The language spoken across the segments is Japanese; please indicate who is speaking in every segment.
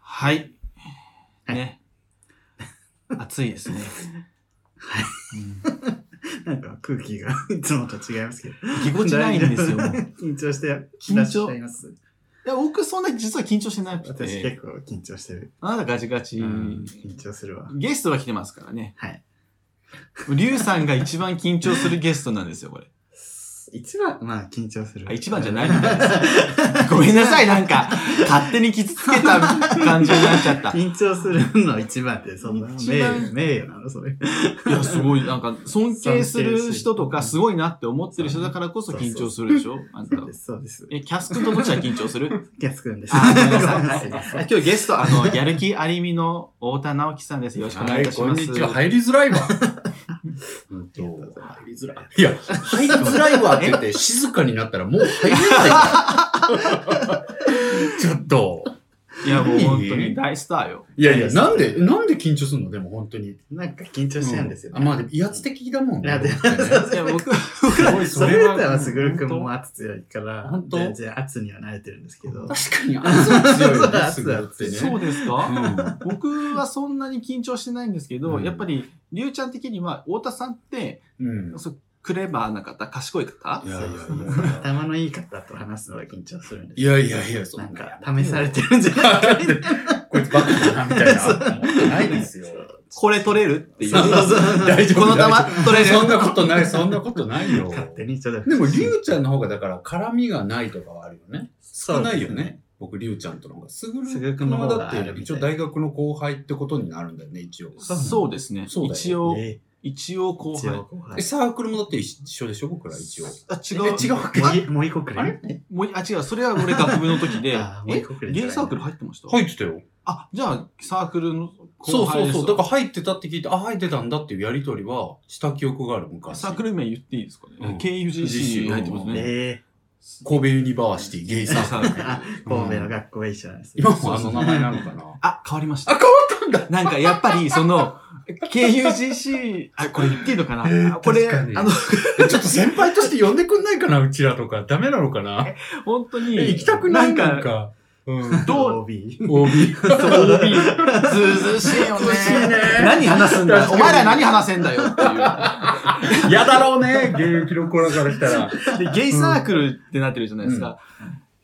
Speaker 1: はい。
Speaker 2: はい
Speaker 1: ね。 暑いですね。
Speaker 2: はい。
Speaker 1: うん
Speaker 2: なんか空気がいつもと違いますけど。
Speaker 1: ぎこちないんですよ、もう。 い
Speaker 2: 緊張して、
Speaker 1: 緊張
Speaker 2: 緊張しちゃいます。
Speaker 1: や、僕そんな実は緊張してなく
Speaker 2: 私
Speaker 1: て。
Speaker 2: 結構緊張してる。
Speaker 1: あなたガチガチ。
Speaker 2: うん緊張するわ。
Speaker 1: ゲストは来てますからね。
Speaker 2: はい。
Speaker 1: リュウさんが一番緊張するゲストなんですよ、これ。
Speaker 2: 一番、まあ緊張する。
Speaker 1: あ一番じゃないみ たいです。ごめんなさい、なんか、勝手に傷つけた感じになっちゃった。い
Speaker 2: 緊張するの一番って、そんな
Speaker 1: 一
Speaker 2: 名
Speaker 1: 番
Speaker 2: 誉、名誉なのそれ。
Speaker 1: や、すごい、なんか、尊敬す
Speaker 2: 尊敬す
Speaker 1: る
Speaker 2: る
Speaker 1: 人とか、すごいなって思ってる人だからこそ緊張するでしょあんた
Speaker 2: そうです、そうです。
Speaker 1: え、キャス君とどっちが緊張する
Speaker 2: キャス君です。
Speaker 1: あごめんなさい
Speaker 2: ごめんなさ
Speaker 1: 今
Speaker 2: い
Speaker 1: 日ゲスト、あの、やる気ありみの太田直樹さんです。よろしくお願いいたします。
Speaker 3: はい、こんにちは。入りづらいわ。うんと、
Speaker 2: りがとうございます
Speaker 3: 入りづらい。いや、入りづらいわって言って、静かになったらもう入れないから。 ちょっと。
Speaker 1: いや、もう本当に大スター よ。
Speaker 3: いやいや、なんで、なんで緊張するのでも本当に。
Speaker 2: なんか緊張しちゃうんですよね。
Speaker 3: あまあ、でも威圧的だもん
Speaker 2: いやでも
Speaker 3: 僕ってね
Speaker 1: いや、僕、
Speaker 3: すご い、
Speaker 2: そ
Speaker 3: そ
Speaker 2: れ
Speaker 3: れ
Speaker 2: だ
Speaker 3: は。
Speaker 2: ったら、す
Speaker 3: 確
Speaker 2: ぐるくんも圧強いから
Speaker 3: 本、当
Speaker 2: 全然圧には慣れてるんですけど。
Speaker 3: かに、圧が強いよね、すぐってね。
Speaker 1: そうです
Speaker 3: う
Speaker 1: か
Speaker 3: ん
Speaker 1: 僕はそんなに緊張してないんですけど、
Speaker 3: うん
Speaker 1: やっぱり、りゅうちゃん的には、太田さんって、
Speaker 3: うん。
Speaker 1: そうクレバーな方、賢い方
Speaker 3: いやいやいや
Speaker 2: 頭のいい方と話すのが緊張するんです
Speaker 3: いやいやいや、そ
Speaker 2: なんか、試されてるんじゃないかみたいな。
Speaker 3: こいつバカだな、みたいな。思ってないですよ。
Speaker 1: これ取れるっていう。
Speaker 3: そうそう
Speaker 2: そう
Speaker 3: 大丈
Speaker 1: こ
Speaker 3: 夫
Speaker 1: の球取れる
Speaker 3: そんなことない、そんなことない よ。
Speaker 2: 勝手にちょっと。
Speaker 3: でも、りゅうちゃんの方が、だから、絡みがないとかはあるよね。
Speaker 2: そ
Speaker 3: 少
Speaker 2: うです
Speaker 3: な
Speaker 2: ね
Speaker 3: いよね。僕、りゅうちゃんとの方が。すぐ
Speaker 2: すぐ
Speaker 3: るく
Speaker 2: く
Speaker 3: ん
Speaker 2: ん
Speaker 3: の
Speaker 2: の
Speaker 3: 方
Speaker 2: 方
Speaker 3: だ
Speaker 2: が
Speaker 3: って、一応大学の後輩ってことになるんだよね、一応。
Speaker 1: そうですね
Speaker 3: そう。だよ
Speaker 1: 一応、
Speaker 2: え
Speaker 1: 一応後
Speaker 2: 一応
Speaker 1: 輩。
Speaker 2: 後
Speaker 3: え、
Speaker 2: 輩。
Speaker 3: サークルもだって一緒でしょ、僕ら一応。
Speaker 1: あ、違
Speaker 3: え
Speaker 1: う。
Speaker 3: 違うわけ
Speaker 2: もういもう一個く
Speaker 3: あ
Speaker 2: らい
Speaker 3: れえ
Speaker 1: もういあ、違う。それは俺学部の時 で
Speaker 2: あ、ーもう
Speaker 1: え
Speaker 2: 一個くらいじゃない
Speaker 1: ゲイサークル入ってました
Speaker 3: 入ってたよ。
Speaker 1: あ、じゃあ、サークルの後
Speaker 3: そうそ
Speaker 1: 輩
Speaker 3: う
Speaker 1: です
Speaker 3: そ
Speaker 1: わ
Speaker 3: う。だから、入ってたって聞いて、あ、入ってたんだっていうやりとりは、した記憶がある、昔。
Speaker 1: サークル名言っていいですかね、
Speaker 3: うん
Speaker 1: ?KUGC 入ってますね。
Speaker 2: え
Speaker 3: 神戸ユニバーシティゲイサークル。
Speaker 1: サ
Speaker 2: ーあ神戸の学校が一緒なんですよ
Speaker 3: 今もあの名前なのかな
Speaker 1: あ、変わりまし
Speaker 3: あ、
Speaker 1: た。
Speaker 3: 変わったん だ
Speaker 1: なんかやっぱり、その、KUGC、あ、これ言っていいのかな、
Speaker 3: えー
Speaker 1: これ、
Speaker 3: 確かに
Speaker 1: あの、
Speaker 3: えちょっと先輩として呼んでくんないかな、うちらとか。ダメなのかな
Speaker 1: 本当に、
Speaker 3: え行きたくない
Speaker 1: な
Speaker 3: なんん
Speaker 1: か、
Speaker 3: か。うん。
Speaker 1: どう、
Speaker 2: OB。
Speaker 3: OB。
Speaker 1: OB、ずうずうしいよね。
Speaker 3: しいね
Speaker 1: 何話すんだよ。お前ら何話せんだよっていう。
Speaker 3: 嫌だろうね、現役の頃からしたら。
Speaker 1: で、ゲイサークルってなってるじゃないですか。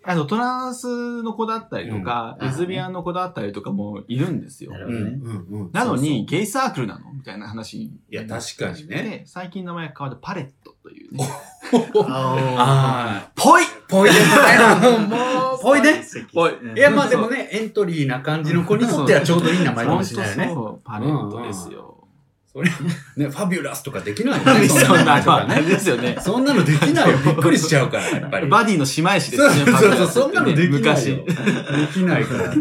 Speaker 1: あの、トランスの子だったりとか、
Speaker 2: うん
Speaker 1: レズビアンの子だったりとかもいるんですよ
Speaker 2: な。る
Speaker 3: う
Speaker 2: ほ
Speaker 3: ん
Speaker 2: どね。
Speaker 3: うんうん。
Speaker 1: なのに、ゲイサークルなのみたいな話。
Speaker 3: いや確かにね
Speaker 1: で、最近名前が変わってパレットというね。
Speaker 3: そうそう。
Speaker 2: あ
Speaker 3: ああ。
Speaker 1: ぽい
Speaker 3: ぽいでもね。もう、ぽいね。
Speaker 2: ー。
Speaker 1: ぽい
Speaker 2: うん
Speaker 3: いや、まあでもね、エントリーな感じの子にとってはちょうどいい名前か
Speaker 1: 本
Speaker 3: も
Speaker 1: 当
Speaker 3: しれないね。
Speaker 1: そう、パレットですよ。
Speaker 3: それ、ね、ファビュラスとかできな い
Speaker 1: そ
Speaker 3: よね、 そん
Speaker 1: ん
Speaker 3: な
Speaker 1: なの
Speaker 3: のとか
Speaker 1: あれ
Speaker 3: ね。
Speaker 1: ですよね。
Speaker 3: そんなのできないよ。びっくりしちゃうから、やっぱり。
Speaker 1: バディの姉妹誌ですね。
Speaker 3: そう
Speaker 1: パ
Speaker 3: そ
Speaker 1: レ
Speaker 3: う
Speaker 1: ッ
Speaker 3: そ
Speaker 1: ト
Speaker 3: う、そんなの
Speaker 1: って
Speaker 3: で
Speaker 1: ね
Speaker 3: きない
Speaker 1: 昔
Speaker 3: よ。。できないからね。う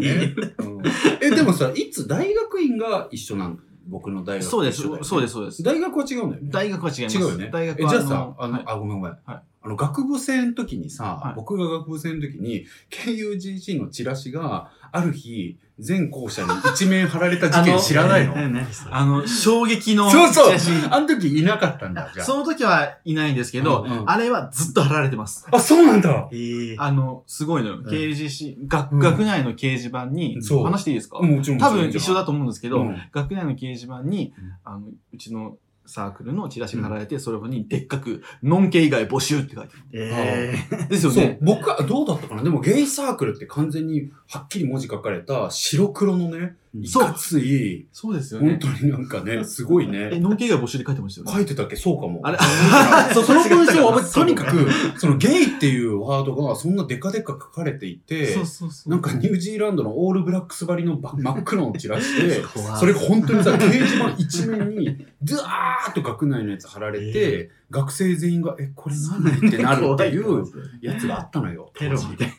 Speaker 3: んえ、でもさ、いつ大学院が一緒なの僕の大学。
Speaker 1: そうです、そうですす、そうです。
Speaker 3: 大学は違うんだよね。
Speaker 1: 大学は違います。
Speaker 3: 違うよね。
Speaker 1: 大学
Speaker 3: え
Speaker 1: は
Speaker 3: じゃあさ、あ
Speaker 1: あの
Speaker 3: の、
Speaker 1: はい
Speaker 3: あ、ごめんごめん。
Speaker 1: はい
Speaker 3: あの、学部生の時にさ、
Speaker 1: はい
Speaker 3: 僕が学部生の時に、KUGC のチラシが、ある日、全校舎に一面貼られた事件知らないの
Speaker 2: え何それ
Speaker 1: あの、衝撃の
Speaker 3: そうそう
Speaker 1: 写真。
Speaker 3: あの時いなかったんだ、じゃ あ。
Speaker 1: その時はいないんですけど、
Speaker 3: うんうん
Speaker 1: あれはずっと貼られてます。
Speaker 3: あ、そうなんだ
Speaker 2: えー
Speaker 1: あの、すごいのよ。
Speaker 2: ん
Speaker 1: KGC、学
Speaker 3: うん
Speaker 1: 学内の掲示板に、
Speaker 3: そう
Speaker 1: 話していいですか、
Speaker 3: もちろん。
Speaker 1: 多分一緒だと思うんですけ
Speaker 3: け
Speaker 1: ど、
Speaker 3: うん
Speaker 1: 学内の掲示板に
Speaker 3: うん、
Speaker 1: あの、うちのサークルのチラシが貼られて、それにでっかく、ノンケ以外募集って書いて
Speaker 2: え
Speaker 1: ある。ですよ
Speaker 3: そう
Speaker 1: ね。、
Speaker 3: 僕はどうだったかなでもゲイサークルって完全にはっきり文字書かれた白黒のね、い
Speaker 1: そう
Speaker 3: かつい、
Speaker 1: そうですよ
Speaker 3: 本
Speaker 1: ね。
Speaker 3: 当になんかね、すごい
Speaker 1: え、
Speaker 3: ね。
Speaker 1: ノンケ以外募集って書いてましたよね。
Speaker 3: 書いてたっけ そうかも。
Speaker 1: あれ
Speaker 3: そうその文章は
Speaker 2: そ
Speaker 3: と
Speaker 2: う
Speaker 3: にかく、そのゲイっていうワードがそんなデカデカ書かれていて
Speaker 1: そ、うそうそう。
Speaker 3: なんかニュージーランドのオールブラックスばりのば真っ黒のチラシで、
Speaker 2: ー怖い
Speaker 3: それが本当にさ、掲示板一面に、ずわーっと学内のやつ貼られて、学生全員が、え、これ何ってなるっていうやつがあったのよ。
Speaker 2: テロみたい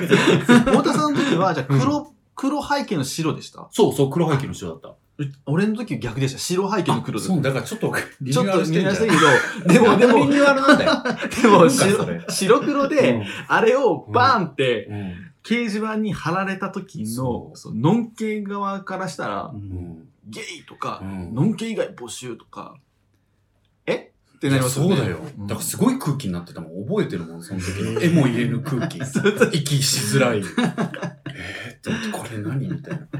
Speaker 1: 太田さんの時は、じゃあ黒、
Speaker 3: う
Speaker 1: 黒背景の白でした
Speaker 3: そうそう、黒背景の人だった。
Speaker 1: う俺の時逆でした。白背景の黒だった
Speaker 3: そう、だからちょっと、
Speaker 1: ちょっと見やすいけ
Speaker 3: い。
Speaker 1: ど、でも、で
Speaker 3: リ
Speaker 1: も、
Speaker 3: ニューアルなんだよ。
Speaker 1: でも
Speaker 3: なんかそ
Speaker 1: 白
Speaker 3: れ、
Speaker 1: 白黒で、あれをバーンって、
Speaker 3: うん、
Speaker 1: 掲示板に貼られた時
Speaker 3: そ
Speaker 1: の、
Speaker 3: う
Speaker 1: その、のんけ側からしたら
Speaker 2: う、
Speaker 3: うんん。
Speaker 1: ゲイとか
Speaker 3: う、ん
Speaker 1: のんけ以外募集とか、えって
Speaker 3: い
Speaker 1: なり
Speaker 3: や
Speaker 1: ますよ
Speaker 3: そう
Speaker 1: ね。
Speaker 3: だよ。
Speaker 1: ん
Speaker 3: だからすごい空気になってたもん。覚えてるもん、その時
Speaker 2: う
Speaker 3: の。
Speaker 2: ん
Speaker 3: 絵も入れぬ空気。息しづらい。えーって思って、これえ何みたいな。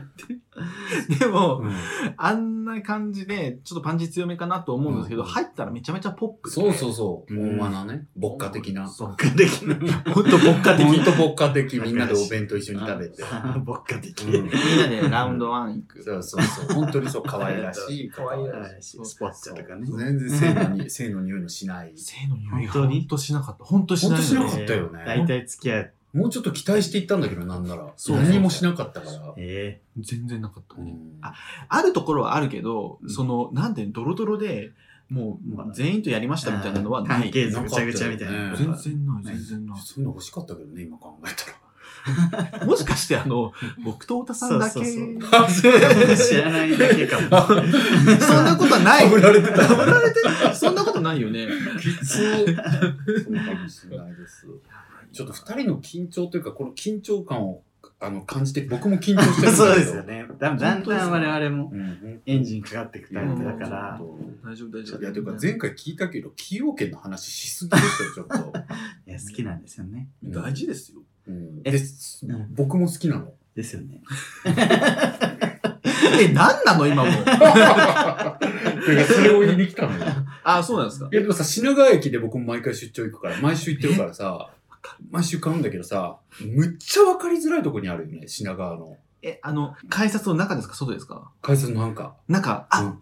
Speaker 1: でも、
Speaker 3: うん
Speaker 1: あんな感じで、ちょっとパンチ強めかなと思うんですけど、
Speaker 3: うん
Speaker 1: 入ったらめちゃめちゃポップで。
Speaker 3: そうそうそう。
Speaker 2: うん
Speaker 3: 大間なね。牧歌的な。
Speaker 2: 牧歌的な。
Speaker 1: ほんと牧歌的。
Speaker 3: ほんと牧歌的。みんなでお弁当一緒に食べ て。
Speaker 2: 牧歌的。
Speaker 3: うん
Speaker 1: みんなでラウンドワン行く。
Speaker 3: そうそうそう。本当にそう、可愛らし い。
Speaker 1: 可愛らしい
Speaker 2: はいスポッチャとかね。
Speaker 3: 全然性の に、性の匂いのしない。
Speaker 1: 性の匂いが
Speaker 2: 本当に
Speaker 1: ほんとしなかった。ほんとしないのよ。
Speaker 3: ほんとしなかったよね
Speaker 2: 大体付き合う。
Speaker 3: もうちょっと期待していったんだけど、なんなら。
Speaker 1: そう
Speaker 3: 何もしなかったから。
Speaker 2: え
Speaker 1: 全然なかった
Speaker 3: う
Speaker 1: ね、
Speaker 3: ん
Speaker 1: ああるところはあるけど、
Speaker 2: うん
Speaker 1: その、なんてドロドロで、も
Speaker 2: まあ
Speaker 1: う全員とやりましたみたいなのは
Speaker 2: え。
Speaker 1: ない。
Speaker 2: 関係
Speaker 1: 全
Speaker 2: 図ぐちゃぐちゃみたい
Speaker 3: な
Speaker 2: な。
Speaker 3: かったよ
Speaker 1: 然ない、
Speaker 3: ね
Speaker 1: 全然な
Speaker 3: そういうの欲しかったけどね、今考えた
Speaker 1: い。
Speaker 3: ら。
Speaker 1: もしかして、あの、僕と太田さんだけ、
Speaker 2: そうそうそう
Speaker 3: あ、そう
Speaker 2: 知らないだけかも。
Speaker 1: そんなことはない。
Speaker 3: 炙られてた。
Speaker 1: 炙られてないそんなことないよね。
Speaker 3: きつ。そうかもしれないです。ちょっと二人の緊張というか、この緊張感をあの感じて、僕も緊張 してるんだけど。
Speaker 2: そうですよ。ね。だんだん
Speaker 1: 本当ですね
Speaker 2: 我々も
Speaker 3: うん、
Speaker 2: エンジンかかってくタイ
Speaker 1: 本
Speaker 2: プ
Speaker 1: 当
Speaker 2: だから、
Speaker 1: 大丈夫、大
Speaker 3: い
Speaker 1: 丈夫。
Speaker 3: や、というか前回聞いたけど、崎陽軒の話しすぎですよ、ちょっと。
Speaker 2: いや、好きなんですよね。
Speaker 1: 大事ですよ。
Speaker 3: うん、
Speaker 2: え
Speaker 3: です
Speaker 2: うん
Speaker 3: 僕も好きなの。
Speaker 2: ですよね。
Speaker 1: え、なんなの今も。
Speaker 3: というかそれを言いに来たのよ。
Speaker 1: あ、そうなんですか
Speaker 3: い。や、でもさ、品川駅で僕も毎回出張行くから、毎週行ってるからさ、毎週買うんだけどさ、むっちゃ分かりづらいとこにあるよね、品川の。
Speaker 1: え、あの、改札の中ですか外ですか
Speaker 3: 改札のなんか。
Speaker 1: 中、あ、
Speaker 3: うん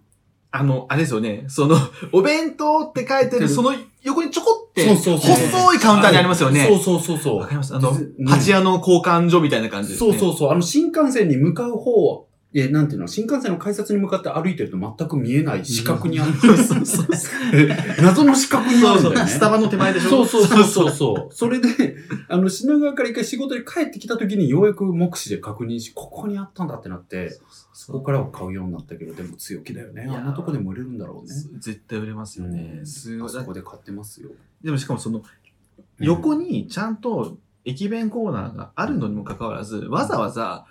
Speaker 1: あの、あれですよね。その、お弁当って書いてる、その横にちょこって、
Speaker 3: そうそうそう
Speaker 1: 細いカウンターにありますよね。
Speaker 3: そうそうそうそ
Speaker 1: わ
Speaker 3: う
Speaker 1: か。りますあの、
Speaker 3: うん
Speaker 1: 八屋の交換所みたいな感じです、
Speaker 3: そ
Speaker 1: ね。
Speaker 3: うそうそう。あの、新幹線に向かう方、え、なんていうの新幹線の改札に向かって歩いてると全く見えない視角にある。
Speaker 1: そうそうそう。
Speaker 3: 謎の視角にあるんだよね。
Speaker 1: スタバの手前でしょ
Speaker 3: そうそうそうそうそう。それで、あの、品川から一回仕事に帰ってきた時にようやく目視で確認し、ここにあったんだってなって、そこからは買うようになったけど、でも強気だよね。
Speaker 1: いやー
Speaker 3: あんなとこでも売れるんだろうね。
Speaker 1: 絶対売れますよね。
Speaker 3: うん
Speaker 1: すご
Speaker 3: あ
Speaker 1: い。
Speaker 3: そこで買ってますよ。
Speaker 1: でもしかもその、横にちゃんと駅弁コーナーがあるのにもかかわらず、わざわざ、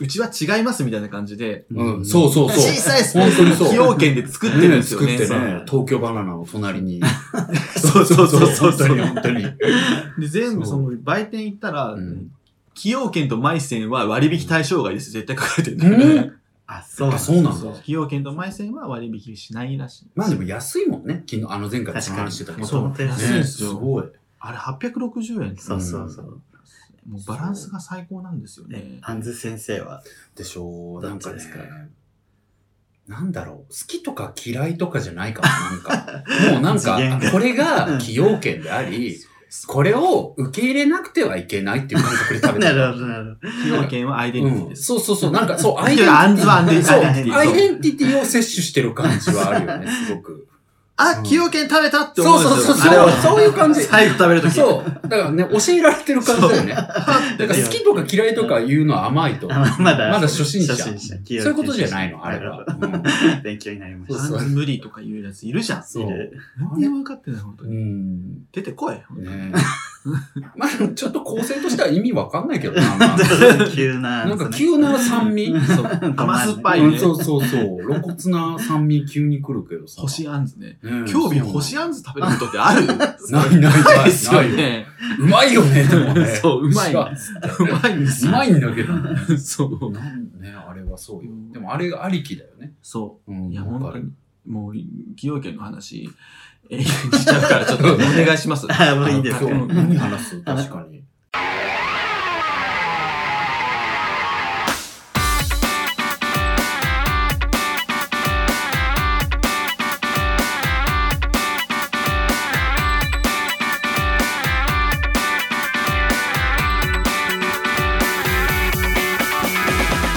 Speaker 1: うちは違いますみたいな感じで、
Speaker 3: うん、そうそうそう。
Speaker 1: 小さいスペー
Speaker 3: 本当に
Speaker 1: ス
Speaker 3: そう
Speaker 1: 崎陽軒で作ってるんですよね。
Speaker 3: 作ってね、東京バナナの隣に。
Speaker 1: そうそうそうそう
Speaker 3: 本当に、本当に。
Speaker 1: で、全部
Speaker 3: そ
Speaker 1: そうの売店行ったら
Speaker 3: うん、
Speaker 1: 崎陽軒とマイセンは割引対象外です。絶対書かれてるんだよね。
Speaker 3: うん
Speaker 2: あ、そう
Speaker 3: あ、そうなん
Speaker 1: そう
Speaker 3: だ。
Speaker 1: 崎陽軒とマイセンは割引しないらしい。
Speaker 3: まあでも安いもんね。昨日、あの前回
Speaker 2: 確かに
Speaker 3: 話してたけど。
Speaker 1: そう
Speaker 2: 元々安
Speaker 1: いん
Speaker 3: ね
Speaker 1: ですよ
Speaker 3: すごい。
Speaker 1: あれ860円
Speaker 2: そうそうそう。
Speaker 1: もうバランスが最高なんですよ
Speaker 2: ね
Speaker 1: ね。
Speaker 2: アンズ先生は、
Speaker 3: でしょう。
Speaker 2: ど
Speaker 3: な
Speaker 2: っ
Speaker 3: ん
Speaker 2: ち
Speaker 3: か
Speaker 2: で
Speaker 3: ですす
Speaker 2: か
Speaker 3: か。なんだろう。好きとか嫌いとかじゃないかも。なんか、もう なん
Speaker 2: 次元
Speaker 3: か、これが崎陽軒であり、これを受け入れなくてはいけないっていう感覚で食べ
Speaker 2: な
Speaker 3: てる。
Speaker 2: るほど、なるほど。
Speaker 1: 崎陽軒はアイデンティティ
Speaker 3: う
Speaker 1: で
Speaker 3: ん、
Speaker 1: す。
Speaker 3: そうそうそう。なんか、そう、ア イ
Speaker 1: い
Speaker 3: デンテ
Speaker 1: やアン
Speaker 3: ィ
Speaker 1: ズはアンデ
Speaker 3: ティ。
Speaker 1: ィ
Speaker 3: そ
Speaker 1: ア
Speaker 3: う、
Speaker 1: イデンティティ
Speaker 3: アイデンティティを摂取してる感じはあるよね、すごく。
Speaker 1: あ、崎陽軒食べたって思うんですよ。
Speaker 3: そうそうそう
Speaker 1: あれは
Speaker 3: そういう感じ
Speaker 1: 最後食べるとき。
Speaker 3: そう。だからね、教えられてる感じだ よね。だから好きとか嫌いとか言うのは甘いと思う。
Speaker 2: あまだ、
Speaker 3: まだ初心者
Speaker 2: 初心者。そう
Speaker 3: そういうことじゃないの、あれは。うん
Speaker 2: 勉強になりま
Speaker 3: そう
Speaker 2: し
Speaker 1: ア
Speaker 3: そう
Speaker 1: ンズ無理とか言うやついるじゃん。
Speaker 3: そう
Speaker 2: いる
Speaker 1: 何にも分かってない、本当
Speaker 3: う
Speaker 1: に。
Speaker 3: ん。
Speaker 1: 出てこい。
Speaker 3: ねえまあ、ちょっと構成としては意味わかんないけど な。まあ
Speaker 2: た。急な、
Speaker 3: なんか急な酸味そう
Speaker 1: 甘酸っぱい
Speaker 3: うん
Speaker 1: ね。
Speaker 3: そうそうそう。露骨な酸味急に来るけどさ。
Speaker 1: 星あんずね。
Speaker 3: ねえ
Speaker 1: 今日日星あんず食べることってある
Speaker 3: ないないない。
Speaker 1: ないですよ
Speaker 3: ないよ。
Speaker 1: ね。
Speaker 3: うまいよね、でもね。
Speaker 1: そううまい
Speaker 3: う
Speaker 1: うまいんですよ。
Speaker 3: まいんだけどね。
Speaker 1: そう。
Speaker 3: なんね、あれはそうよ。でもあれがありきだよね。
Speaker 1: そう。
Speaker 3: うん
Speaker 1: いや、
Speaker 3: わ
Speaker 1: 本
Speaker 3: か
Speaker 1: 当
Speaker 3: る
Speaker 1: に、もう、崎陽軒の話、永遠にしちゃうから、ちょっ とお願いします。
Speaker 2: あ、もういいです
Speaker 3: そ
Speaker 2: か
Speaker 3: う。何話す確かに。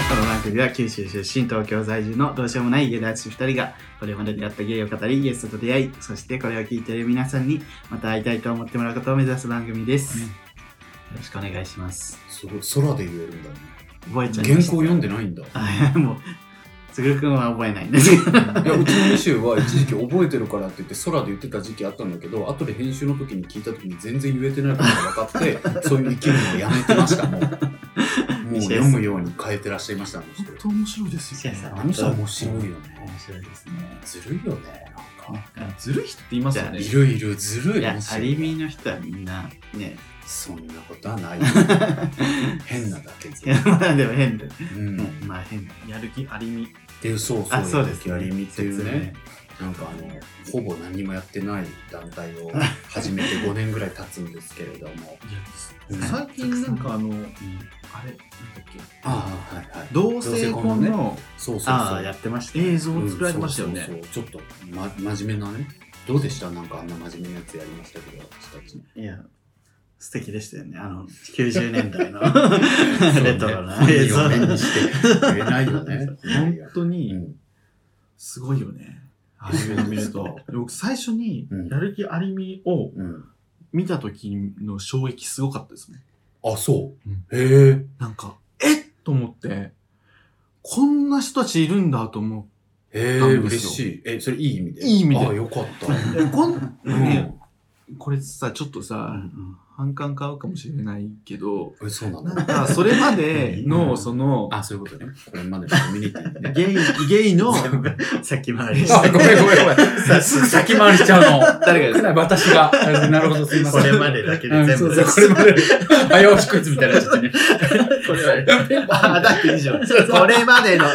Speaker 2: この番組は九州出身、東京在住のどうしようもないゲイ男子2人がこれまで出会ったゲイを語り、ゲストと出会い、そしてこれを聞いている皆さんにまた会いたいと思ってもらうことを目指す番組です。
Speaker 3: うん
Speaker 2: よろしくお願いします。
Speaker 3: すごい、空で言えるんだね。
Speaker 2: 覚えちゃいま
Speaker 3: 原稿
Speaker 2: した。
Speaker 3: 読んでないんだ。
Speaker 2: あ、もう、つぐるくんは覚えないんですけど。
Speaker 3: いやうちのミシューは一時期覚えてるからって言って空で言ってた時期あったんだけど後で編集の時に聞いた時に全然言えてないことが分かっ てそういう生き物をやめてましたもうもう
Speaker 2: シェイ
Speaker 3: 読
Speaker 2: さん
Speaker 3: むように変えてらっしゃいましたあの人
Speaker 1: 本当面白いですよ
Speaker 2: シェア
Speaker 1: ね
Speaker 2: さ。ん
Speaker 3: あの人は面白いよね
Speaker 2: 面白いですね。
Speaker 3: ずるいよねなんか
Speaker 1: ずるい人って言いますよね
Speaker 3: い。るいるずるい
Speaker 2: いや
Speaker 3: 面、白
Speaker 2: ア
Speaker 3: い
Speaker 2: リミの人はみんな、ね、
Speaker 3: そんなことはない。変なだけで
Speaker 2: いや、まあでも変だ。
Speaker 3: うん。っ
Speaker 2: まあ変だ。
Speaker 1: やる気ありみ。
Speaker 3: ていう、そうそう。
Speaker 2: あ、そうです、
Speaker 3: やりみっていう
Speaker 2: 説明
Speaker 3: ね。。なんかあの、ほぼ何もやってない団体 を始めて5年ぐらい経つんですけれども。うん
Speaker 1: 最近なんかあの、
Speaker 2: うん
Speaker 1: あれ、なんだっけ、
Speaker 3: ああ、はいはい。
Speaker 1: 同性婚
Speaker 3: ね。
Speaker 1: の
Speaker 3: そうそうそう。
Speaker 2: ああ、やってましたよ。
Speaker 1: 映像を作られてましたよ
Speaker 3: うん
Speaker 1: ね。
Speaker 3: そうそうそうちょっと、ま、真面目なね。どうでしたなんかあんな真面目なやつやりましたけど、私たち。
Speaker 2: いや、素敵でしたよね。あの、90年代の
Speaker 3: そうね
Speaker 2: レトロな映像。
Speaker 3: いい画面にしてくれ ないよね。
Speaker 1: 本当
Speaker 3: う
Speaker 1: に
Speaker 3: ん
Speaker 1: すごいよね。ああいうの見ると。僕最初に
Speaker 3: うん
Speaker 1: やる気ありみを
Speaker 3: うん。
Speaker 1: 見た時の衝撃すごかったですね。
Speaker 3: あ、そう
Speaker 1: うん。
Speaker 3: へえ。
Speaker 1: なんか、えっと思って、こんな人たちいるんだと思
Speaker 3: へえ、
Speaker 1: なんで
Speaker 3: 嬉
Speaker 1: すよ
Speaker 3: しい。え、それいい意味で
Speaker 1: いい意味で
Speaker 3: あ、よかった。
Speaker 1: う。えこん、
Speaker 3: うん
Speaker 1: ね、これさ、ちょっと
Speaker 2: う
Speaker 1: さ、
Speaker 2: ん
Speaker 1: 反感買うかもしれないけど、
Speaker 3: え、そうなの
Speaker 1: なんか、それまで
Speaker 2: う
Speaker 1: の、
Speaker 2: ん
Speaker 1: その、
Speaker 3: あ、そういうことね。これまでのコミュニティでね。
Speaker 1: ゲイ、ゲイの、
Speaker 2: うん先回りし
Speaker 3: あ、
Speaker 2: て。
Speaker 3: ごめんごめんごめん。すぐ先回りしちゃうの。
Speaker 1: 誰がです
Speaker 3: か私が。なるほど、すいませ
Speaker 2: こ
Speaker 3: ん。
Speaker 2: れまでだけで全部。
Speaker 3: うんそうそうこれまで。早押しクイズみたいなやつね。
Speaker 2: これは。あ、だって以上。これまでの。